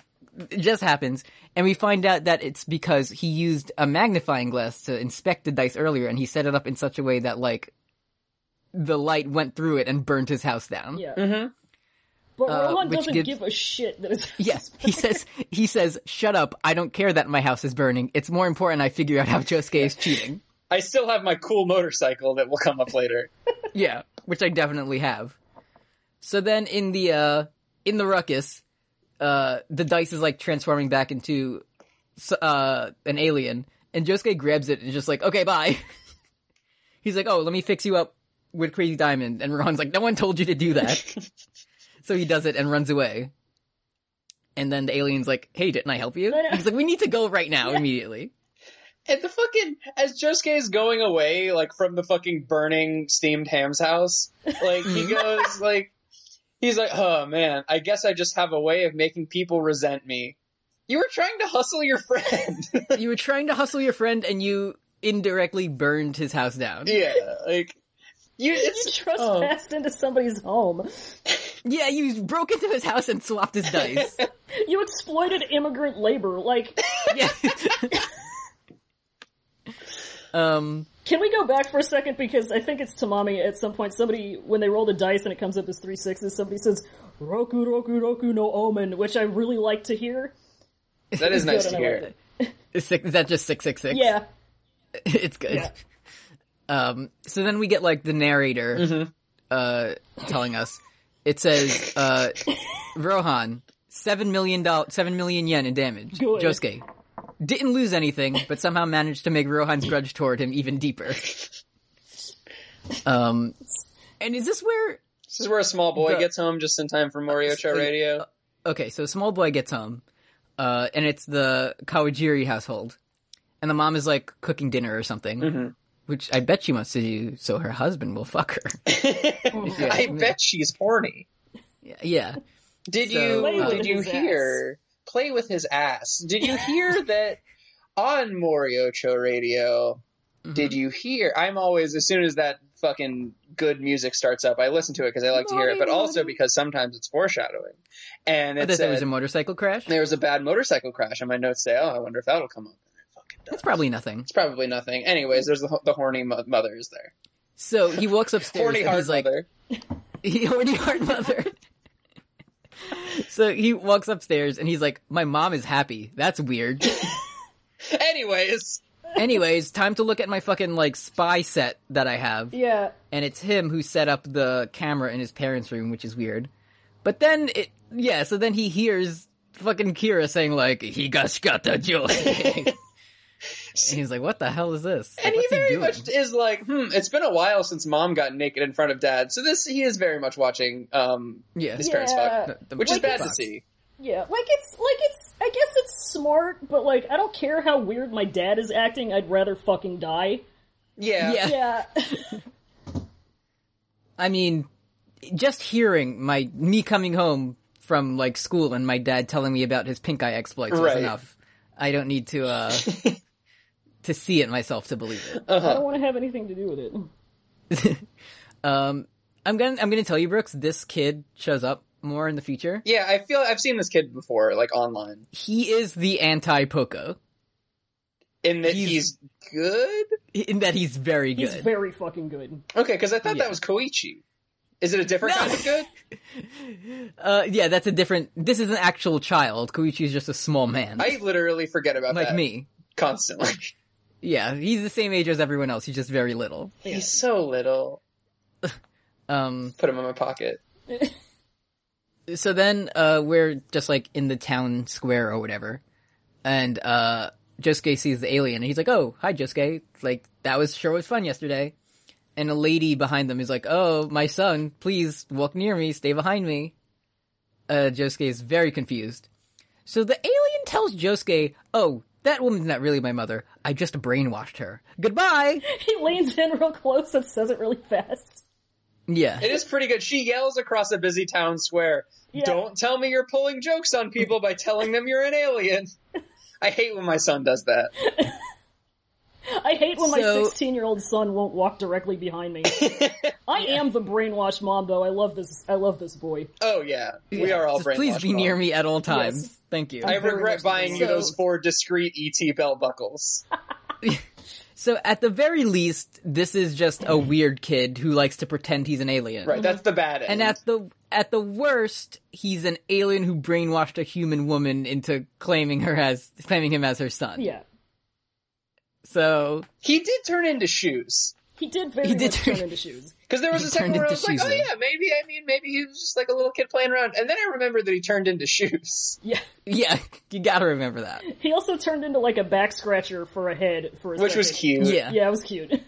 S1: it just happens. And we find out that it's because he used a magnifying glass to inspect the dice earlier and he set it up in such a way that like, the light went through it and burned his house down. (laughs)
S3: Yeah.
S2: Mhm.
S3: But
S1: Mm-hmm. Uh,
S3: Rohan
S1: which
S3: doesn't
S1: gives-
S3: give a shit that it's.
S1: Yes, he says. He says, "Shut up! I don't care that my house is burning. It's more important I figure out how Josuke is cheating."
S2: I still have my cool motorcycle that will come up later.
S1: Yeah, which I definitely have. So then in the uh in the ruckus, uh the dice is like transforming back into s- uh an alien and Josuke grabs it and is just like, "Okay, bye." (laughs) He's like, "Oh, let me fix you up with Crazy Diamond." And Ron's like, "No one told you to do that." so he does it and runs away. And then the alien's like, "Hey, didn't I help you?"
S3: No, no.
S1: He's like, "We need to go right now immediately."
S2: (laughs) And the fucking, as Josuke is going away, like, from the fucking burning steamed ham's house, like, (laughs) he goes, like, he's like, oh man, I guess I just have a way of making people resent me. You were trying to hustle your friend. (laughs)
S1: you were trying to hustle your friend and you indirectly burned his house down.
S2: yeah, like you.
S3: (laughs) You
S2: It's, oh.
S3: trespassed into somebody's home.
S1: Yeah, you broke into his house and swapped his
S3: (laughs)
S1: dice.
S3: You exploited immigrant labor. Like,
S1: yeah. um
S3: can we go back for a second? Because I think it's Tamami at some point. Somebody, when they roll the dice and it comes up as three sixes, somebody says, Roku, Roku, Roku no Omen, which I really like to hear.
S2: That is nice to
S3: good, I like
S2: hear.
S3: it.
S1: is, six, is that just 666?
S3: Yeah.
S1: (laughs) it's good.
S3: Yeah.
S1: Um, so then we get like the narrator
S3: Mm-hmm.
S1: uh, telling us. It says uh, Rohan seven million dollars, seven million yen in damage.
S3: Good.
S1: Josuke didn't lose anything, but somehow managed to make Rohan's grudge toward him even
S3: (laughs)
S1: deeper. Um, and is this where?
S2: This is where a small boy
S1: The-
S2: gets home just in time for Morio
S1: (laughs)
S2: Chat Radio.
S1: Okay, so small boy gets home, uh, and it's the Kawajiri household, and the mom is like cooking dinner or something.
S2: Mm-hmm.
S1: Which I bet she wants to do, so her husband will fuck her.
S2: (laughs) I bet she's horny.
S1: Yeah.
S2: Did
S1: So, uh,
S2: you
S1: Play with
S2: did you
S3: his ass.
S2: hear play with his ass? Did
S1: (laughs)
S2: you hear that on Moriocho Radio?
S1: Mm-hmm.
S2: Did you hear? I'm always as soon as that fucking good music starts up, I listen to it because I like to hear it, but also because sometimes it's foreshadowing. And
S1: I
S2: it
S1: thought there was
S2: said
S1: a motorcycle crash.
S2: there was a bad motorcycle crash, and my notes say, "Oh, I wonder if that'll come up."
S1: That's probably nothing.
S2: It's probably nothing. Anyways, there's the, the horny mo- mother is there.
S1: So he walks upstairs
S2: Horny
S1: and
S2: hard
S1: he's like,
S2: mother.
S1: he (laughs) horny hard mother. so he walks upstairs and he's like, my mom is happy. That's
S2: (laughs)
S1: weird.
S2: Anyways,
S1: Anyways, time to look at my fucking like spy set that I have.
S3: Yeah.
S1: And it's him who set up the camera in his parents' room, which is weird. But then it, yeah, so then he hears fucking Kira saying like, Higashikata Josuke. (laughs) and he's like, what the hell is this? Like,
S2: and he
S1: what's
S2: very
S1: doing?
S2: much is like, hmm, it's been a while since mom got naked in front of dad, so this he is very much watching um
S1: Yeah.
S2: his parents
S3: Yeah.
S2: fuck,
S1: The- the
S2: which is
S1: monkey
S2: bad to
S1: box.
S2: see.
S3: Yeah, like it's like it's. I guess it's smart, but like I don't care how weird my dad is acting. I'd rather fucking die.
S2: Yeah,
S1: Yeah.
S3: Yeah,
S1: I mean, just hearing my me coming home from like school and my dad telling me about his pink eye exploits was
S2: Right.
S1: enough. I don't need to
S2: (laughs)
S1: uh to see it myself to believe it.
S3: I
S2: Uh-huh.
S3: don't want to have anything to do with it.
S1: Um, I'm gonna I'm gonna tell you, Brooks. This kid shows up more in the future.
S2: yeah. I feel I've seen this kid before, like online,
S1: He is the anti Poco
S2: in that
S1: He's-
S2: he's, good.
S1: in that he's very good.
S3: He's very fucking good. (laughs)
S2: Okay, because I thought
S1: Yeah.
S2: that was Koichi. Is it a different
S1: No.
S2: kind
S1: (laughs)
S2: of good?
S1: uh, yeah, that's a different. This is an actual child. Koichi is just a small man,
S2: I literally forget about
S1: like
S2: that
S1: me.
S2: constantly. (laughs)
S1: Yeah, he's the same age as everyone else. He's just very little.
S2: He's so little.
S1: Um,
S2: Put him in my pocket.
S1: so then uh we're just like in the town square or whatever and uh Josuke sees the alien and he's like, "Oh, hi Josuke. Like that was sure was fun yesterday." And a lady behind them is like, "Oh, my son, please walk near me, stay behind me." Uh Josuke is very confused. So the alien tells Josuke, "Oh, that woman's not really my mother. I just brainwashed her.
S2: (laughs)
S1: Goodbye."
S3: He leans in real close and says it really fast.
S1: Yeah.
S2: It is pretty good. She yells across a busy town square,
S3: Yeah.
S2: Don't tell me you're pulling jokes on people by telling them you're an alien. I hate when my son does that.
S3: I hate when
S1: So-
S3: my sixteen-year-old son won't walk directly behind me. I am the brainwashed mom, though. I love this. I love this boy.
S2: Oh, yeah. We are all
S1: Just please
S2: brainwashed
S1: be near
S2: wrong.
S1: me at all times.
S3: Yes.
S1: Thank you.
S2: I
S3: very
S2: regret
S3: much
S2: buying you
S1: so.
S2: those four discreet ET belt buckles.
S1: So at the very least, this is just a weird kid who likes to pretend he's an alien.
S2: Right, that's the bad end.
S1: And at the at the worst, he's an alien who brainwashed a human woman into claiming her as claiming him as her son.
S3: Yeah,
S1: So
S2: he did turn into shoes.
S3: he did very
S1: He did
S3: much
S1: turn-
S3: turn into shoes.
S2: Because there was a second
S1: turned
S2: where I
S1: into
S2: was like,
S1: shoes,
S2: oh
S1: though.
S2: yeah, maybe, I mean, maybe he was just like a little kid playing around. And then I remembered that he turned into shoes.
S3: Yeah, (laughs)
S1: yeah, (laughs) you gotta remember that.
S3: he also turned into like a back scratcher for a head for a
S2: Which was
S3: second.
S2: cute.
S1: Yeah.
S3: Yeah, it was cute. (laughs)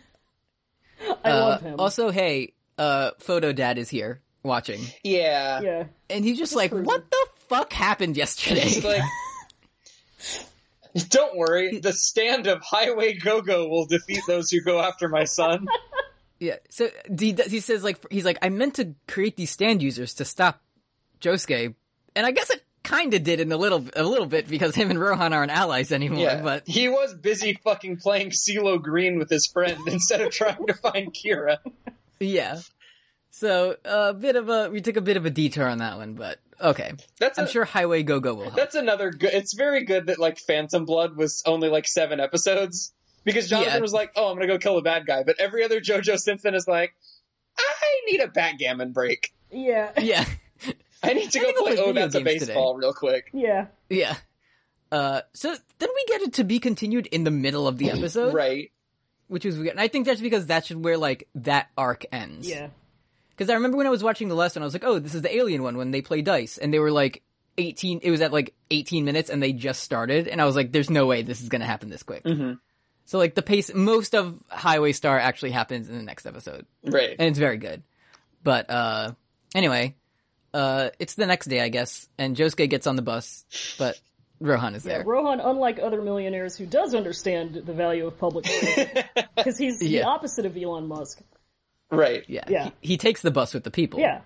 S3: I love
S1: Uh,
S3: him.
S1: also, hey, uh, Photo Dad is here watching,
S2: Yeah.
S3: yeah.
S1: and he's just like,
S3: cruising.
S1: "What the fuck happened
S2: It's
S1: yesterday?"
S2: like, don't worry, the stand of Highway Go-Go will defeat those who go after
S1: (laughs)
S2: my son.
S1: yeah. So he does- he says like he's like, "I meant to create these stand users to stop Josuke, and I guess it." kind of did in a little a little bit because him and Rohan aren't allies anymore.
S2: Yeah,
S1: But
S2: he was busy fucking playing CeeLo Green with his friend (laughs) instead of trying to find Kira.
S1: yeah, so a bit of a we took a bit of a detour on that one, but okay.
S2: That's a,
S1: I'm sure Highway Go Go will
S2: (laughs)
S1: help.
S2: that's another good. It's very good that like Phantom Blood was only like seven episodes because Jonathan
S1: Yeah.
S2: was like, "Oh, I'm gonna go kill a bad guy," but every other JoJo since then is like, "I need a backgammon break.
S3: Yeah.
S1: Yeah,
S2: I need to
S1: I
S2: go
S1: think I'll
S2: play.
S1: play
S2: Oh,
S1: video
S2: that's a
S1: games today."
S2: baseball real quick."
S3: Yeah.
S1: yeah. Uh, so then we get it to be continued in the middle of the episode,
S2: Right.
S1: which is weird. And I think that's because that's where like that arc ends.
S3: Yeah.
S1: Because I remember when I was watching the last one, I was like, oh, this is the alien one when they play dice. And they were like 18, it was at like 18 minutes and they just started. And I was like, there's no way this is going to happen this quick.
S3: Mm-hmm.
S2: Mhm.
S1: So like the pace, most of Highway Star actually happens in the next episode.
S2: Right.
S1: And it's very good. But, uh, anyway, uh, it's the next day, I guess. And Josuke gets on the bus, but Rohan is there.
S3: Rohan, unlike other millionaires who does understand the value of public
S2: (laughs)
S3: because he's the
S1: Yeah.
S3: opposite of Elon Musk.
S2: right.
S1: Yeah.
S3: Yeah.
S1: He, he takes the bus with the people.
S3: Yeah.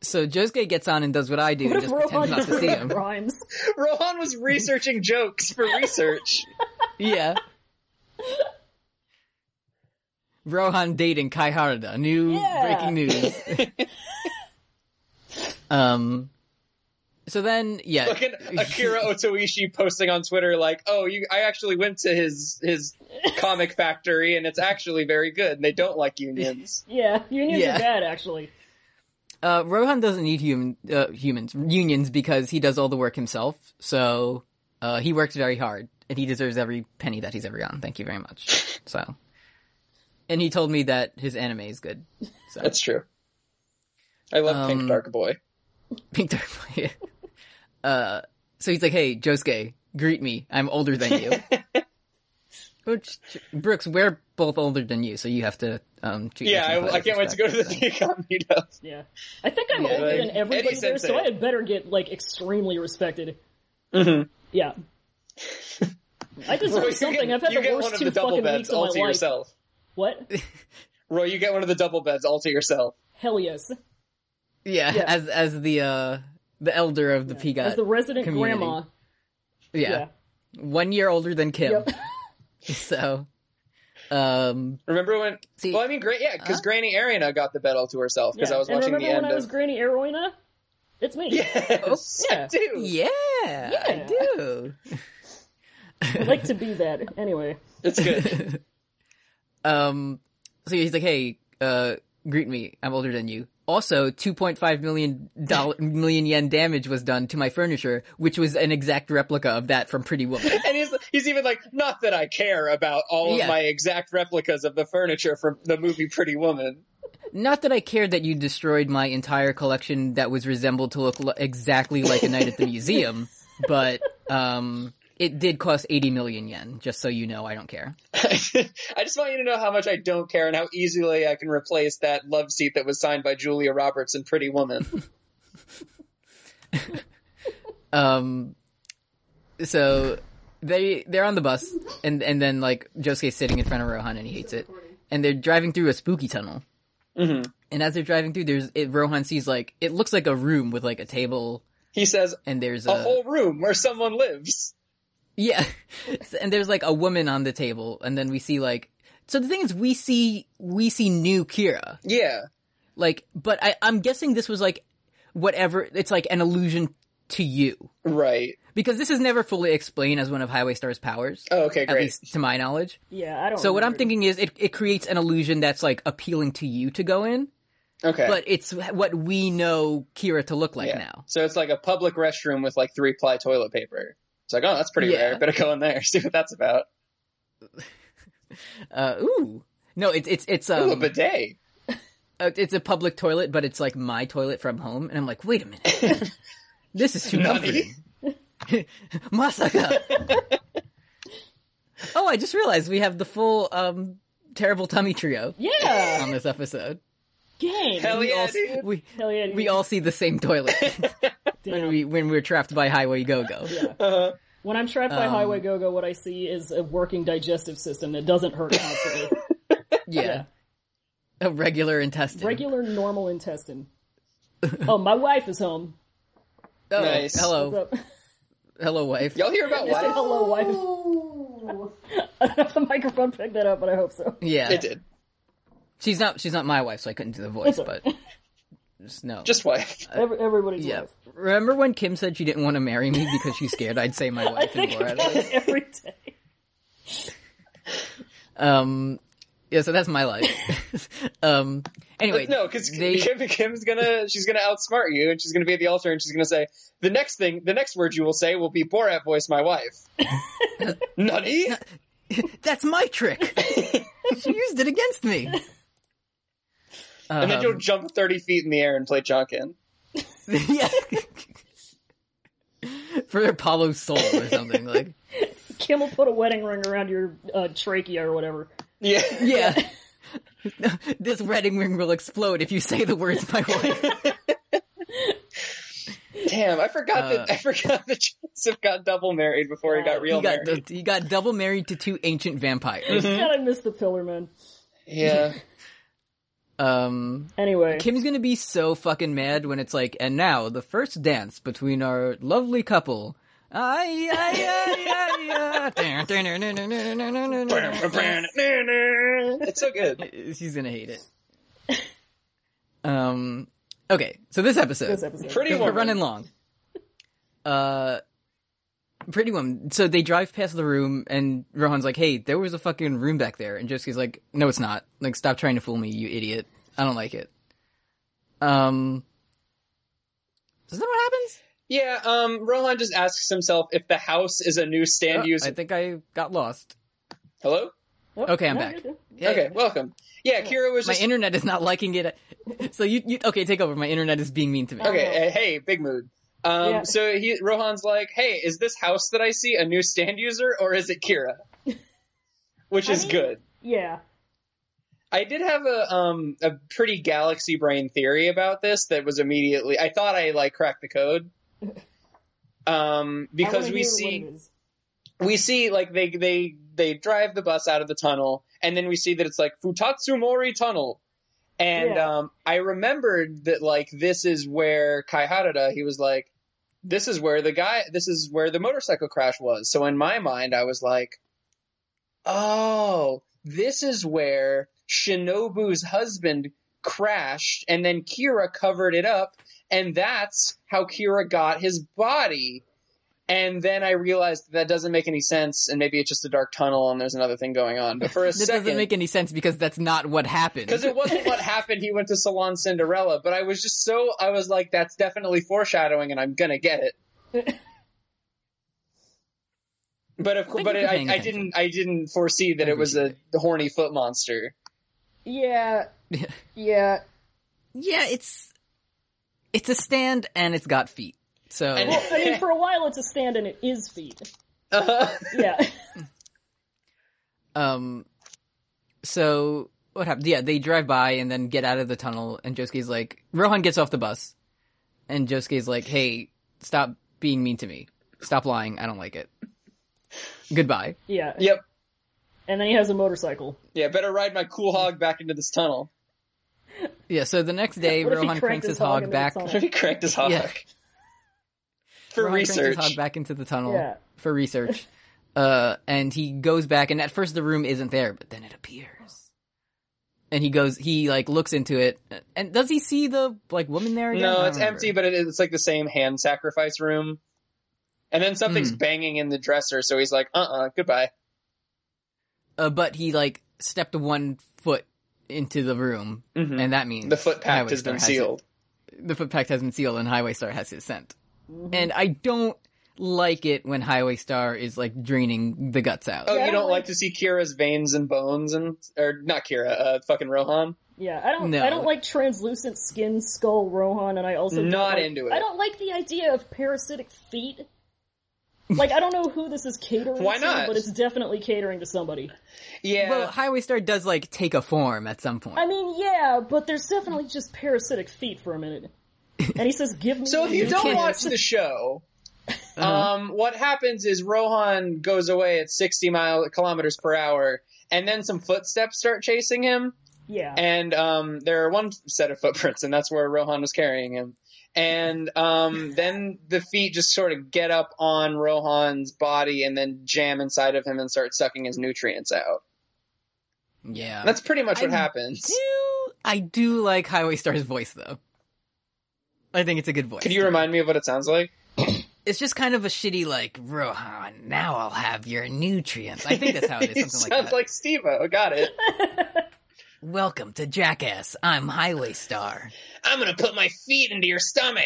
S1: So Josuke gets on and does what I do
S3: What
S1: and
S3: if
S1: just pretends
S3: Rohan
S1: not
S3: (laughs)
S1: to see him.
S3: rhymes?
S2: Rohan was researching jokes for research.
S1: yeah. Rohan dating Kai Harada. New
S3: Yeah.
S1: breaking news. um. So then, yeah,
S2: (laughs) Fucking Akira Otoishi posting on Twitter like, "Oh, you, I actually went to his his comic factory and it's actually very good. And they don't like unions."
S3: Yeah. Unions
S1: Yeah.
S3: are bad, actually.
S1: uh, Rohan doesn't need human uh, humans unions because he does all the work himself. So uh, he works very hard, and he deserves every penny that he's ever gotten. Thank you very much. So, and he told me that his anime is good. So
S2: That's true. I love Pink
S1: Um,
S2: Dark Boy.
S1: Pink Dark Boy. (laughs) uh, so he's like, "Hey, Josuke, greet me. I'm older than you."
S3: (laughs)
S1: Which Brooks, we're both older than you, so you have to um. Treat
S2: Yeah, I, I can't wait to go to the (laughs) Peacock meetup.
S3: Yeah. I think I'm
S1: Yeah,
S3: older
S2: like,
S3: than everybody
S2: Eddie
S3: there, so
S2: Sensei.
S3: I had better get, like, extremely respected.
S2: Mhm.
S3: Yeah.
S2: (laughs)
S3: I deserve
S2: Roy,
S3: something.
S2: You get,
S3: I've had
S2: you
S3: the
S2: get one
S3: worst
S2: of
S3: two
S2: the double
S3: fucking
S2: beds
S3: weeks of
S2: all
S3: my
S2: to
S3: life.
S2: yourself. (laughs)
S3: What?
S2: Roy, you get one of the double beds all to yourself.
S3: Hell yes.
S1: Yeah,
S3: Yeah.
S1: as as the uh the elder of the yeah.
S3: As the resident
S1: community.
S3: grandma.
S1: yeah.
S3: Yeah.
S1: one year older than Kim.
S3: Yep.
S1: (laughs) so, um,
S2: Remember when?
S1: See-
S2: well, I mean, great, yeah, because
S1: Huh?
S2: Granny Arena got the bed all to herself because
S3: Yeah.
S2: I was
S3: and
S2: watching the
S3: remember
S2: end
S3: when I was
S2: of.
S3: Granny Aroina? It's me.
S2: (laughs) Yes,
S1: Oh, yeah.
S2: I do.
S1: yeah, I
S3: Yeah.
S1: do.
S3: I'd like to be that. Anyway.
S1: (laughs)
S2: It's good.
S1: um, so he's like, "Hey, uh, greet me. I'm older than you." Also, 2.5 million dollar million yen damage was done to my furniture, which was an exact replica of that from Pretty Woman.
S2: And he's he's even like, not that I care about all
S1: Yeah.
S2: of my exact replicas of the furniture from the movie Pretty Woman. (laughs)
S1: Not that I cared that you destroyed my entire collection that was resembled to look lo- exactly like a night at the museum, but um, it did cost 80 million yen. Just so you know, I don't care.
S2: I just want you to know how much I don't care and how easily I can replace that love seat that was signed by Julia Roberts in
S1: (laughs)
S2: Pretty Woman.
S1: Um, so they they're on the bus, and and then like Josuke's sitting in front of Rohan, and he hates it. And they're driving through a spooky tunnel.
S2: Mhm.
S1: And as they're driving through, there's it, Rohan sees like it looks like a room with like a table,
S2: He says
S1: and there's
S2: a whole room where someone lives.
S1: Yeah. (laughs) and there's like a woman on the table and then we see like so the thing is we see we see new Kira.
S2: Yeah,
S1: Like but I I'm guessing this was like whatever it's like an allusion to you
S2: right.
S1: because this is never fully explained as one of Highway Star's powers.
S2: Oh, okay,
S1: At
S2: great. Oh,
S1: least to my knowledge.
S3: Yeah, I don't
S1: So what I'm
S3: remember.
S1: thinking is it, it creates an illusion that's like appealing to you to go in,
S2: okay,
S1: but it's what we know Kira to look like
S2: Yeah.
S1: now.
S2: So it's like a public restroom with like three ply toilet paper. It's like, oh, that's pretty
S1: Yeah.
S2: rare. Better go in there, (laughs) see what that's about.
S1: Uh, ooh. No, it's it's it's um,
S2: Ooh, a bidet.
S1: uh, it's a public toilet, but it's like my toilet from home, and I'm like, wait a minute,
S2: (laughs)
S1: this is too
S2: Nani?
S1: comforting. (laughs)
S2: (laughs)
S1: Masaka. oh, I just realized we have the full um terrible tummy trio
S3: Yeah.
S1: on this episode.
S3: Gang.
S2: Hell
S1: we
S2: yeah,
S1: all
S2: dude.
S1: we
S3: Hell yeah.
S1: we all see the same
S3: (laughs)
S1: toilet
S3: damn.
S1: when we when we're trapped by Highway Go Go.
S2: Uh-huh.
S3: When I'm trapped by
S1: Um,
S3: Highway Go-Go, what I see is a working digestive system that doesn't hurt constantly.
S1: (laughs) Yeah. A regular intestine.
S3: Regular, normal intestine. oh, my wife is home.
S1: Oh,
S2: Nice.
S3: What's (laughs)
S1: hello,
S3: up?
S1: hello, wife.
S2: Y'all
S1: (laughs)
S2: hear about
S3: Is it-
S2: wife?
S3: (laughs) hello, wife.
S4: Ooh.
S3: I don't know if the microphone picked that up, but I hope so.
S1: Yeah,
S2: It did.
S1: she's not she's not my wife, so I couldn't do the voice,
S3: It's
S1: but (laughs) just no.
S2: Just
S1: (laughs)
S2: wife.
S3: Every, everybody's
S1: Uh, yeah.
S3: wife.
S1: Remember when Kim said she didn't want to marry me because she's scared I'd say my
S3: (laughs) I
S1: wife in
S3: think
S1: Borat?
S3: about it (laughs) every day.
S1: Um, yeah, so that's my life. (laughs) um, anyway,
S2: no, because
S1: they-
S2: Kim, Kim's gonna she's gonna outsmart you, and she's gonna be at the altar, and she's gonna say the next thing, the next word you will say will be Borat voice
S1: (laughs)
S2: my wife. Nutty.
S1: that's my trick. she used it against
S3: (laughs)
S1: me.
S2: (laughs) and then
S1: Um,
S2: you'll jump thirty feet in the air and play Junkin.
S1: yeah. (laughs) For Apollo's soul or something like
S3: Kim will put a wedding ring around your uh, trachea or whatever.
S1: (laughs)
S2: Yeah.
S1: yeah. this wedding ring will explode if you say the words my wife.
S2: Damn, I forgot that
S1: Uh,
S2: I forgot that Joseph got double married before he got
S3: Yeah.
S1: You
S2: real
S1: Uh, got
S2: married.
S1: you got double married to two ancient vampires.
S3: God, I miss the pillar man.
S1: (laughs)
S2: yeah. (laughs)
S1: Um
S3: Anyway,
S1: Kim's gonna be so fucking mad when it's like, and now the first dance between our lovely couple. Ay, ay, ay, ay,
S2: it's so good.
S1: ay. She's gonna hate it. Um. Okay, so this episode,
S3: this episode.
S2: Pretty
S1: we're
S2: woman.
S1: running long. Uh, Pretty Woman. So they drive past the room, and Rohan's like, "Hey, there was a fucking room back there," and Josuke's like, "No, it's not. Like, stop trying to fool me, you idiot. I don't like it." Um, is that what happens?
S2: Yeah, um, Rohan just asks himself if the house is a new stand
S1: Oh,
S2: use.
S1: I think I got lost.
S2: Hello?
S3: Oh,
S1: Okay, I'm
S3: no,
S1: back.
S3: you're good.
S1: Yeah,
S2: Okay, welcome. Yeah, Kira was
S1: my
S2: just
S1: internet is not liking it. (laughs) So you, you, okay? Take over. My internet is being mean to me.
S4: Uh-huh.
S2: Okay, uh, hey, big mood. Um,
S3: Yeah.
S2: So he, Rohan's like, hey, is this house that I see a new stand user or is it
S4: (laughs)
S2: Kira? Which
S4: I
S2: is
S4: mean-
S2: good.
S3: Yeah.
S2: I did have a um, a pretty galaxy brain theory about this that was immediately. I thought I like cracked the
S4: (laughs)
S2: code. Um,
S3: I wanna
S2: because we
S3: hear what
S2: see
S3: it is.
S2: we see like they they they drive the bus out of the tunnel and then we see that it's like Futatsu Mori tunnel and
S3: Yeah.
S2: um i remembered that like this is where kai harada he was like this is where the guy this is where the motorcycle crash was so in my mind i was like oh this is where shinobu's husband crashed and then kira covered it up and that's how kira got his body and then I realized that doesn't make any sense, and maybe it's just a dark tunnel and there's another thing going on. But for a
S1: That
S2: second,
S1: doesn't make any sense because that's not what happened.
S2: because it wasn't what happened. He went to Salon Cinderella, but I was just so I was like, that's definitely foreshadowing, and I'm gonna get it.
S1: (laughs)
S2: But of course,
S1: Thank you
S2: but
S1: for
S2: it,
S1: paying
S2: I, I
S1: attention.
S2: didn't I didn't foresee that
S1: I
S2: it was a
S1: appreciate
S2: horny foot monster.
S3: Yeah.
S1: (laughs)
S3: Yeah.
S1: Yeah, it's it's a stand and it's got feet. So
S2: And-
S3: Well, I mean, for a while it's a stand and it is feet.
S2: (laughs)
S3: Yeah. (laughs)
S1: um so what happened? Yeah, they drive by and then get out of the tunnel and Josuke's like Rohan gets off the bus and Josuke's like, "Hey, stop being mean to me. Stop lying. I don't like it." Goodbye.
S3: Yeah.
S2: yep,
S3: And then he has a motorcycle.
S2: yeah. Better ride my cool hog back into this tunnel. (laughs)
S1: Yeah, so the next day
S3: (laughs) What if he
S1: Rohan
S3: cranked
S1: cranks
S3: his
S1: his
S3: hog
S1: hog
S3: into
S1: back
S3: the tunnel?
S2: he cranked his hog
S1: Yeah.
S2: (laughs) for
S1: Rohan cranks
S2: research.
S1: his hog back into the tunnel
S3: Yeah.
S1: for research. Uh, and he goes back, and at first the room isn't there, but then it appears. And he goes, he like looks into it, and does he see the like woman there? Again? I
S2: No,
S1: don't
S2: it's
S1: remember.
S2: empty, but it, it's like the same hand sacrifice room. And then something's
S1: Hmm.
S2: banging in the dresser, so he's like, "Uh, uh goodbye."
S1: Uh, but he like stepped one foot into the room,
S2: Mhm.
S1: and that means
S2: The foot pact
S1: Highway
S2: has
S1: Star
S2: been
S1: it.
S2: sealed.
S1: the foot pact has been sealed, and Highway Star has his scent.
S3: Mhm.
S1: And I don't like it when Highway Star is like draining the guts out.
S2: Oh,
S3: Yeah, I
S2: you
S3: don't
S2: don't like to see Kira's veins and bones and or not Kira, uh, fucking Rohan.
S3: Yeah, I don't.
S1: No.
S3: I don't like translucent skin, skull, Rohan, and I also don't
S2: Not
S3: like-
S2: into it.
S3: I don't like the idea of parasitic feet. Like, I don't know who this is catering.
S2: Why
S3: to,
S2: not?
S3: But it's definitely catering to somebody.
S2: Yeah,
S1: Well, Highway Star does like take a form at some point.
S3: I mean, yeah, but there's definitely just parasitic feet for a minute. And he says, "Give
S2: (laughs)
S3: me."
S2: So if you
S3: your
S2: don't
S3: hands."
S2: watch the show,
S1: (laughs) Uh-huh.
S2: um, what happens is Rohan goes away at 60 mile kilometers per hour, and then some footsteps start chasing him,
S3: yeah,
S2: and um, there are one set of footprints, and that's where Rohan was carrying him. And um, then the feet just sort of get up on Rohan's body and then jam inside of him and start sucking his nutrients out.
S1: Yeah.
S2: That's pretty much what
S1: Uh, I
S2: happens.
S1: do I do like Highway Star's voice though. I think it's a good voice.
S2: Could you remind me of what it sounds like?
S1: It's just kind of a shitty like Rohan. Now I'll have your nutrients. I think that's how
S2: (laughs)
S1: it
S2: He
S1: is. Something like
S2: sounds
S1: that.
S2: like Steve O. Got
S1: (laughs)
S2: it.
S1: Welcome to Jackass. I'm Highway Star.
S2: I'm gonna put my feet into your stomach.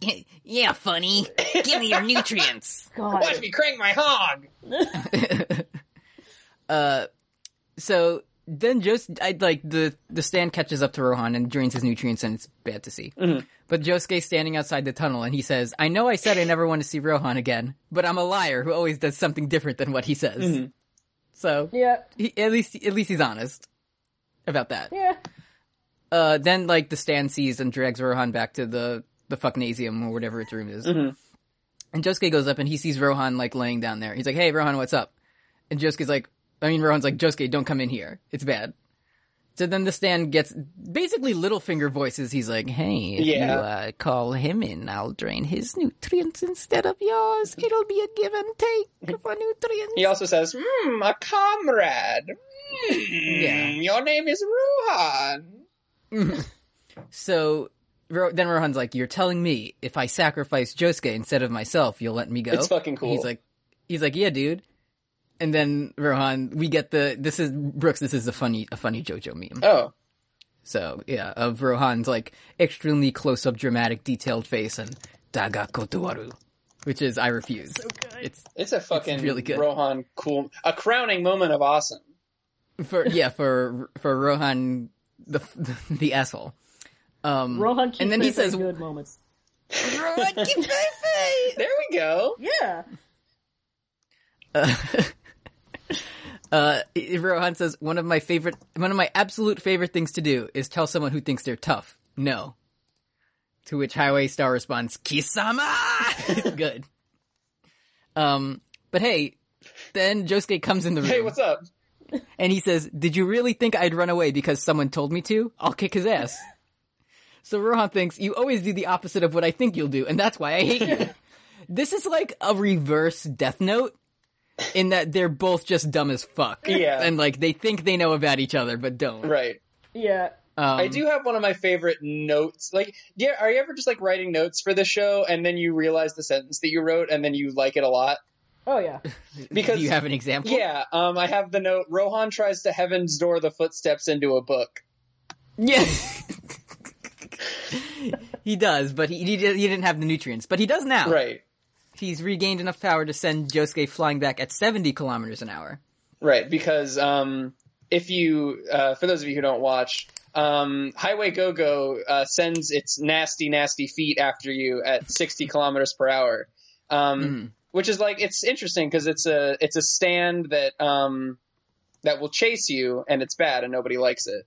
S1: (laughs) yeah, funny. Give me your nutrients.
S3: God.
S2: Watch me crank my hog.
S1: uh, (laughs) so then Josuke, I, like the the stand catches up to Rohan and drains his nutrients, and it's bad to see. But Josuke's standing outside the tunnel, and he says, "I know I said I never want to see Rohan again, but I'm a liar who always does something different than what he says." So
S3: Yeah,
S1: he, at least at least he's honest about that.
S3: yeah.
S1: Uh, then like the stand sees and drags Rohan back to the the fucknasium or whatever its room is.
S2: Mm-hmm.
S1: And Josuke goes up and he sees Rohan like laying down there. He's like, "Hey, Rohan, what's up?" And Josuke's like, "I mean, Rohan's like, Josuke, don't come in here. It's bad." So then the stand gets basically Littlefinger voices. He's like, "Hey, if
S2: Yeah.
S1: you uh, call him in, I'll drain his nutrients instead of yours. It'll be a give and take for nutrients."
S2: He also says, "Hmm, a comrade. Hmm,
S1: Yeah.
S2: your name is Ruhan."
S1: So Ro- then Rohan's like, "You're telling me if I sacrifice Josuke instead of myself, you'll let me go?"
S2: It's fucking cool.
S1: He's like, he's like, "Yeah, dude." And then Rohan, we get the this is Brooks. This is a funny a funny JoJo meme.
S2: "Oh,
S1: So yeah, of Rohan's like extremely close up, dramatic, detailed face and daga kotowaru, which is I refuse. It's
S2: it's a fucking
S1: really good.
S2: Rohan cool, a crowning moment of awesome."
S1: for yeah for for Rohan the (laughs) the asshole. Um,
S3: Rohan keeps
S1: and then he
S3: making
S1: says,
S3: good moments.
S1: "Rohan, keep my face."
S2: There we go.
S3: Yeah.
S1: (laughs) Uh, Rohan says one of my favorite, one of my absolute favorite things to do is tell someone who thinks they're tough, no. To which Highway Star responds, "Kisama." (laughs) It's good. um, but hey, then Josuke comes in the room
S2: Hey, what's up?
S1: and he says, "Did you really think I'd run away because someone told me to? I'll kick his ass." so Rohan thinks you always do the opposite of what I think you'll do, and that's why I hate
S2: (laughs)
S1: you. this is like a reverse Death Note. In that they're both just dumb as fuck,
S2: Yeah.
S1: and like they think they know about each other but don't.
S2: Right.
S3: Yeah.
S1: Um,
S2: I do have one of my favorite notes. Like, yeah, are you ever just like writing notes for the show and then you realize the sentence that you wrote and then you like it a lot?
S3: Oh yeah.
S2: Because
S1: Do you have an example?
S2: yeah, um, I have the note. Rohan tries to heaven's door the footsteps into a book.
S1: Yes. (laughs) he does, but he, he di- he didn't have the nutrients, but he does now.
S2: Right.
S1: He's regained enough power to send Josuke flying back at seventy kilometers an hour.
S2: Right, because um, if you, uh, for those of you who don't watch, um, Highway Go Go uh, sends its nasty, nasty feet after you at 60 kilometers per hour, um,
S1: Mm-hmm.
S2: which is like it's interesting because it's a it's a stand that um, that will chase you and it's bad and nobody likes it.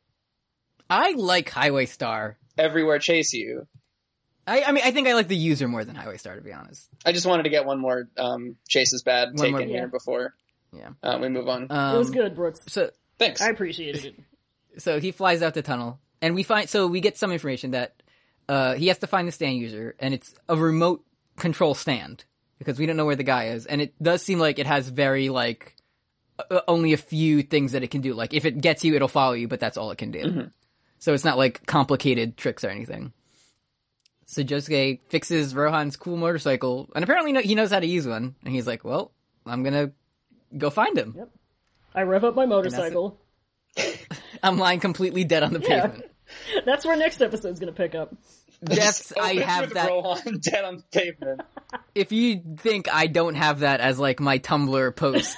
S1: I like Highway Star.
S2: Everywhere chase you.
S1: I, I mean, I think I like the user more than Highway Star, to be honest.
S2: I just wanted to get one more um, chase is bad taken
S1: more-
S2: here
S3: Yeah.
S2: before
S1: Yeah.
S2: uh, we move on.
S1: Um,
S3: it was good, Brooks.
S1: So,
S2: Thanks.
S3: I appreciated it.
S1: so he flies out the tunnel, and we find so we get some information that uh, he has to find the stand user, and it's a remote control stand because we don't know where the guy is, and it does seem like it has very like uh, only a few things that it can do. Like if it gets you, it'll follow you, but that's all it can do. So it's not like complicated tricks or anything. So Josuke fixes Rohan's cool motorcycle, and apparently no, he knows how to use one. And he's like, "Well, I'm gonna go find him.
S3: Yep. I rev up my motorcycle.
S1: I'm lying completely dead on the
S3: Yeah.
S1: pavement."
S3: That's where next episode's gonna pick up.
S1: That's I (laughs)
S2: Open
S1: have
S2: with
S1: that.
S2: Rohan dead on (laughs) the pavement.
S1: If you think I don't have that as like my Tumblr
S2: (laughs)
S1: post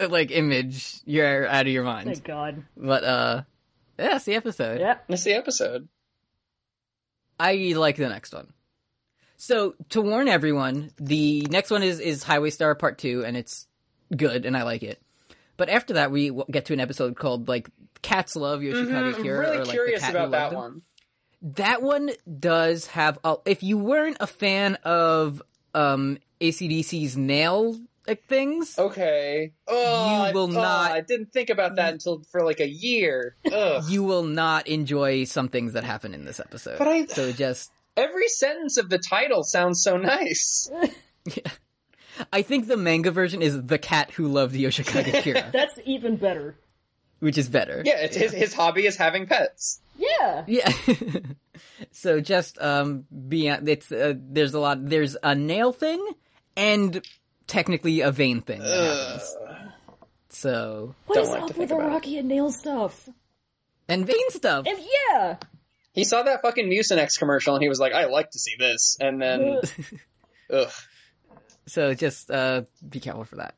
S1: like image, you're out of your mind.
S3: Thank God.
S1: But uh, yeah, that's the episode.
S3: Yeah.
S2: That's the episode.
S1: I like the next one. So to warn everyone, the next one is is Highway Star Part Two, and it's good, and I like it. But after that, we w- get to an episode called like "Cats Love Yoshikage
S2: Mm-hmm. I'm
S1: Kira."
S2: really
S1: or, like, The
S2: curious
S1: Cat Who
S2: about
S1: Loved
S2: that
S1: Them.
S2: one.
S1: That one does have a. If you weren't a fan of um ACDC's nail like things,
S2: Okay. Oh,
S1: You
S2: I-
S1: will
S2: oh,
S1: not-
S2: I didn't think about that until for like a year. Ugh.
S1: (laughs) you will not enjoy some things that happen in this episode.
S2: But I-
S1: so just
S2: Every sentence of the title sounds so nice.
S1: I think the manga version is the cat who loved
S2: (laughs)
S1: Yoshikage Kira,
S3: That's even better.
S1: which is better.
S2: Yeah, it's his his hobby is
S1: (laughs)
S2: having pets.
S3: Yeah.
S1: Yeah. so just um beyond it's uh, there's a lot there's a nail thing and technically a vein thing that happens. So
S3: What
S2: Don't
S3: is
S2: like to
S3: up
S2: think
S3: with the
S2: about it.
S3: Rocky and Nail stuff?
S1: and vein stuff.
S3: And
S2: (laughs)
S3: yeah,
S2: He saw that fucking Mucinex commercial and he was like, "I like to see this,"
S1: (laughs)
S2: and then, ugh.
S1: So just uh be careful for that.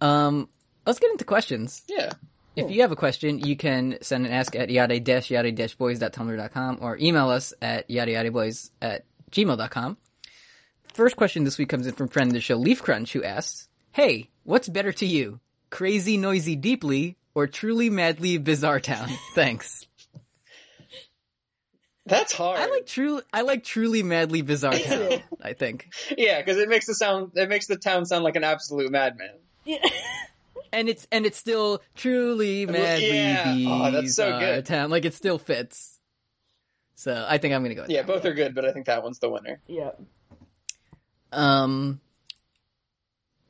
S1: Um let's get into questions.
S2: Yeah.
S1: If you have a question, you can send an ask at yada dash yada dash boys.tumblr.com or email us at yada yada boys at gmail.com. First question this week comes in from friend of the show Leaf Crunch who asks, Hey, what's better to you? Crazy noisy deeply or truly madly bizarre town? (laughs) Thanks.
S2: That's hard.
S1: I like truly I like truly madly bizarre town, I think.
S2: yeah, because it makes the sound. It makes the town sound like an absolute madman.
S3: Yeah.
S1: And it's and it's still truly madly
S2: yeah.
S1: bizarre
S2: Oh, that's so good.
S1: town. Like it still fits. So I think I'm gonna go with
S2: Yeah,
S1: that.
S2: both are good, but I think that one's the winner.
S3: yeah.
S1: Um,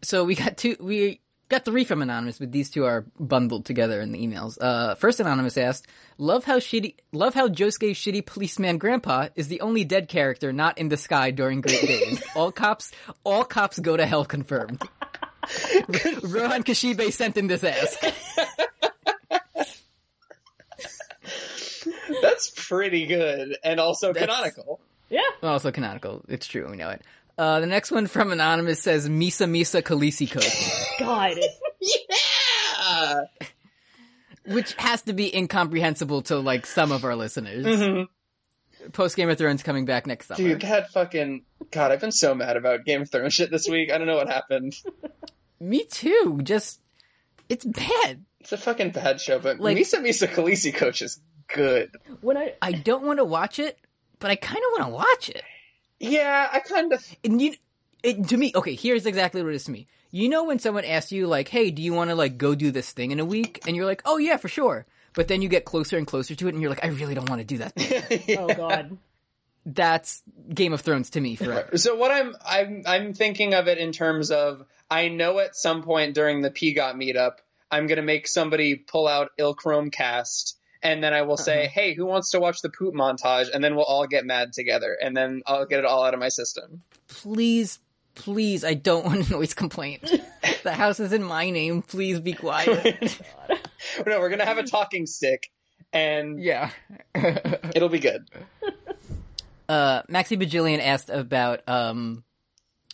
S1: so we got two. We got three from anonymous, but these two are bundled together in the emails. Uh, first anonymous asked, "Love how shitty. Love how Josuke's shitty policeman grandpa is the only dead character not in the sky during Great Days. all cops, all cops go to hell. Confirmed." Rohan Kashibe sent in this ask.
S2: That's pretty good, and also canonical.
S3: Yeah.
S1: Well, also canonical. It's true. We know it. Uh, the next one from anonymous says Misa Misa Khaleesi Coach,
S3: God.
S2: Yeah.
S1: which has to be incomprehensible to like some of our listeners.
S2: Mhm.
S1: post Game of Thrones coming back next summer.
S2: Dude, that fucking God! I've been so mad about Game of Thrones shit this week. I don't know what happened.
S1: Me too. Just it's bad.
S2: It's a fucking bad show, but
S1: Like-
S2: Misa Misa Khaleesi coach is good.
S3: When I
S1: I don't want to watch it, but I kind of want to watch it.
S2: Yeah, I (laughs) kind of.
S1: And you, it, to me, okay, here's exactly what it is to me. You know when someone asks you like, "Hey, do you want to like go do this thing in a week?" and you're like, "Oh yeah, for sure." But then you get closer and closer to it, and you're like, "I really don't want to do that." thing."
S3: oh god.
S1: That's Game of Thrones to me forever.
S2: So what I'm I'm I'm thinking of it in terms of I know at some point during the PGOT meetup I'm gonna make somebody pull out Il Chromecast and then I will say,
S1: Uh-huh.
S2: Hey, who wants to watch the poop montage? And then we'll all get mad together and then I'll get it all out of my system. (laughs)
S1: Please, please, I don't (laughs) want a noise complaint. the house is in my name. Please be quiet.
S2: No, we're gonna
S1: (laughs)
S2: have a talking stick and
S1: yeah.
S2: it'll be good.
S1: uh, Maxi Bajillion asked about um,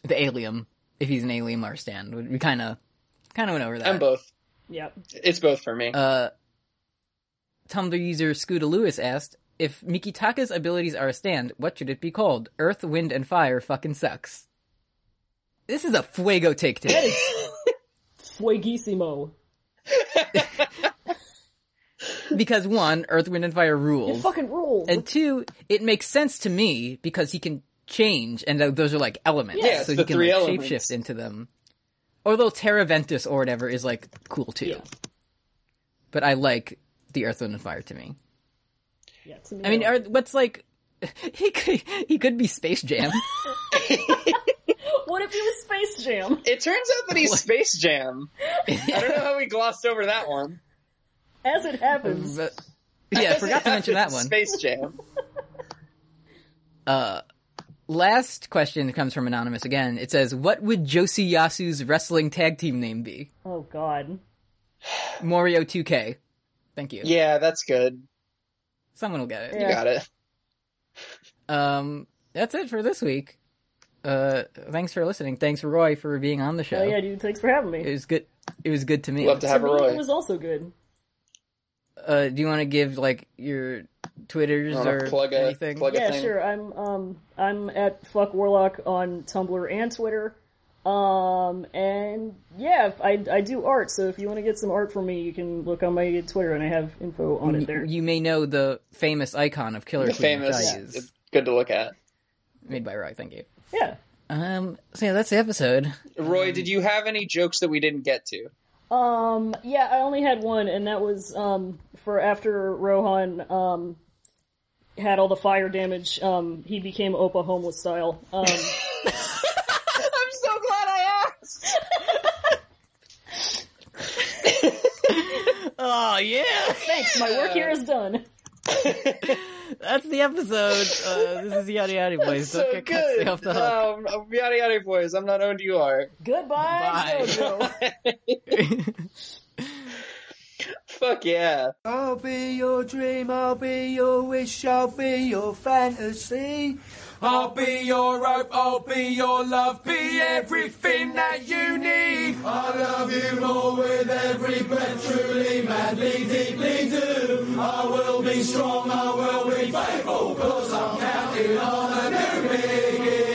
S1: the Alien, if he's an Alien or Stan. We kind of kind of went over that.
S2: I'm both.
S3: Yep.
S2: It's both for me.
S1: Uh, Tumblr user Scooter Lewis asked if Mikitaka's abilities are a stand. What should it be called? Earth, wind, and fire. Fucking sucks. This is a fuego take today.
S3: Fueguissimo.
S1: because one, Earth, Wind, and Fire
S3: It
S1: rules,
S3: fucking rules.
S1: Oh. and two, it makes sense to me because he can change, and th- those are like elements,
S2: Yeah, it's
S1: so
S2: the
S1: he can
S2: three
S1: like,
S2: elements.
S1: shapeshift into them. Although Terra Ventus or whatever is like cool too,
S3: Yeah.
S1: but I like the Earth, Wind, and Fire to me.
S3: yeah,
S1: I mean, are, what's like (laughs) he could he could be Space
S2: (laughs)
S1: Jam.
S3: what if he was Space Jam? (laughs)
S2: it turns out that he's Space
S1: (laughs)
S2: Jam. I don't know how we glossed over that one.
S3: As it happens.
S1: But-
S2: (laughs)
S1: yeah, I forgot to mention that one.
S2: Space Jam.
S1: Last question comes from anonymous again. It says, "What would Josie Yasu's wrestling tag team name be?"
S3: Oh god.
S1: Morio 2K. Thank you.
S2: Yeah, that's good.
S1: Someone will get it.
S2: You
S3: Yeah.
S2: got it.
S1: Um, that's it for this week. Uh, thanks for listening. Thanks Roy for being on the show.
S3: Oh yeah, dude. Thanks for having me.
S1: It was good. It was good to me.
S2: Love to have
S3: To
S2: a
S3: me,
S2: Roy.
S3: It was also good.
S1: Uh, do you want to give like your Twitters
S2: Wanna
S1: or
S2: plug a-
S1: anything?
S2: plug a-
S1: it.
S3: Yeah,
S2: thing.
S3: sure. I'm um I'm at fuck warlock on Tumblr and Twitter. Um and yeah, I I do art, so if you want to get some art from me, you can look on my Twitter and I have info on it there.
S1: You may know the famous icon of Killer
S2: The
S1: Queen
S2: famous.
S1: values,
S2: it's Good to look at.
S1: made by Roy. Thank you.
S3: Yeah.
S1: Um, so yeah, that's the
S3: (laughs)
S1: episode. Um,
S2: Roy, did you have any jokes that we didn't get to?
S3: Um, yeah, I only had one, and that was um for after Rohan um had all the fire damage, um, he became Opa homeless style. Um,
S2: I'm so glad I asked.
S1: Oh yeah.
S3: thanks, my work here is done.
S1: That's the episode. Uh, this is Yada Yada Boys.
S2: (laughs) so
S1: Don't get cut
S2: good.
S1: stay off the hook.
S2: Um, yada yada boys. I'm not owned. You are.
S3: Goodbye,
S1: Bye.
S3: Jojo.
S1: (laughs)
S2: Fuck yeah.
S4: I'll be your dream, I'll be your wish, I'll be your fantasy. I'll be your hope, I'll be your love, be everything that you need. I love you more with every breath, truly, madly, deeply do. I will be strong, I will be faithful, cause I'm counting on a new beginning.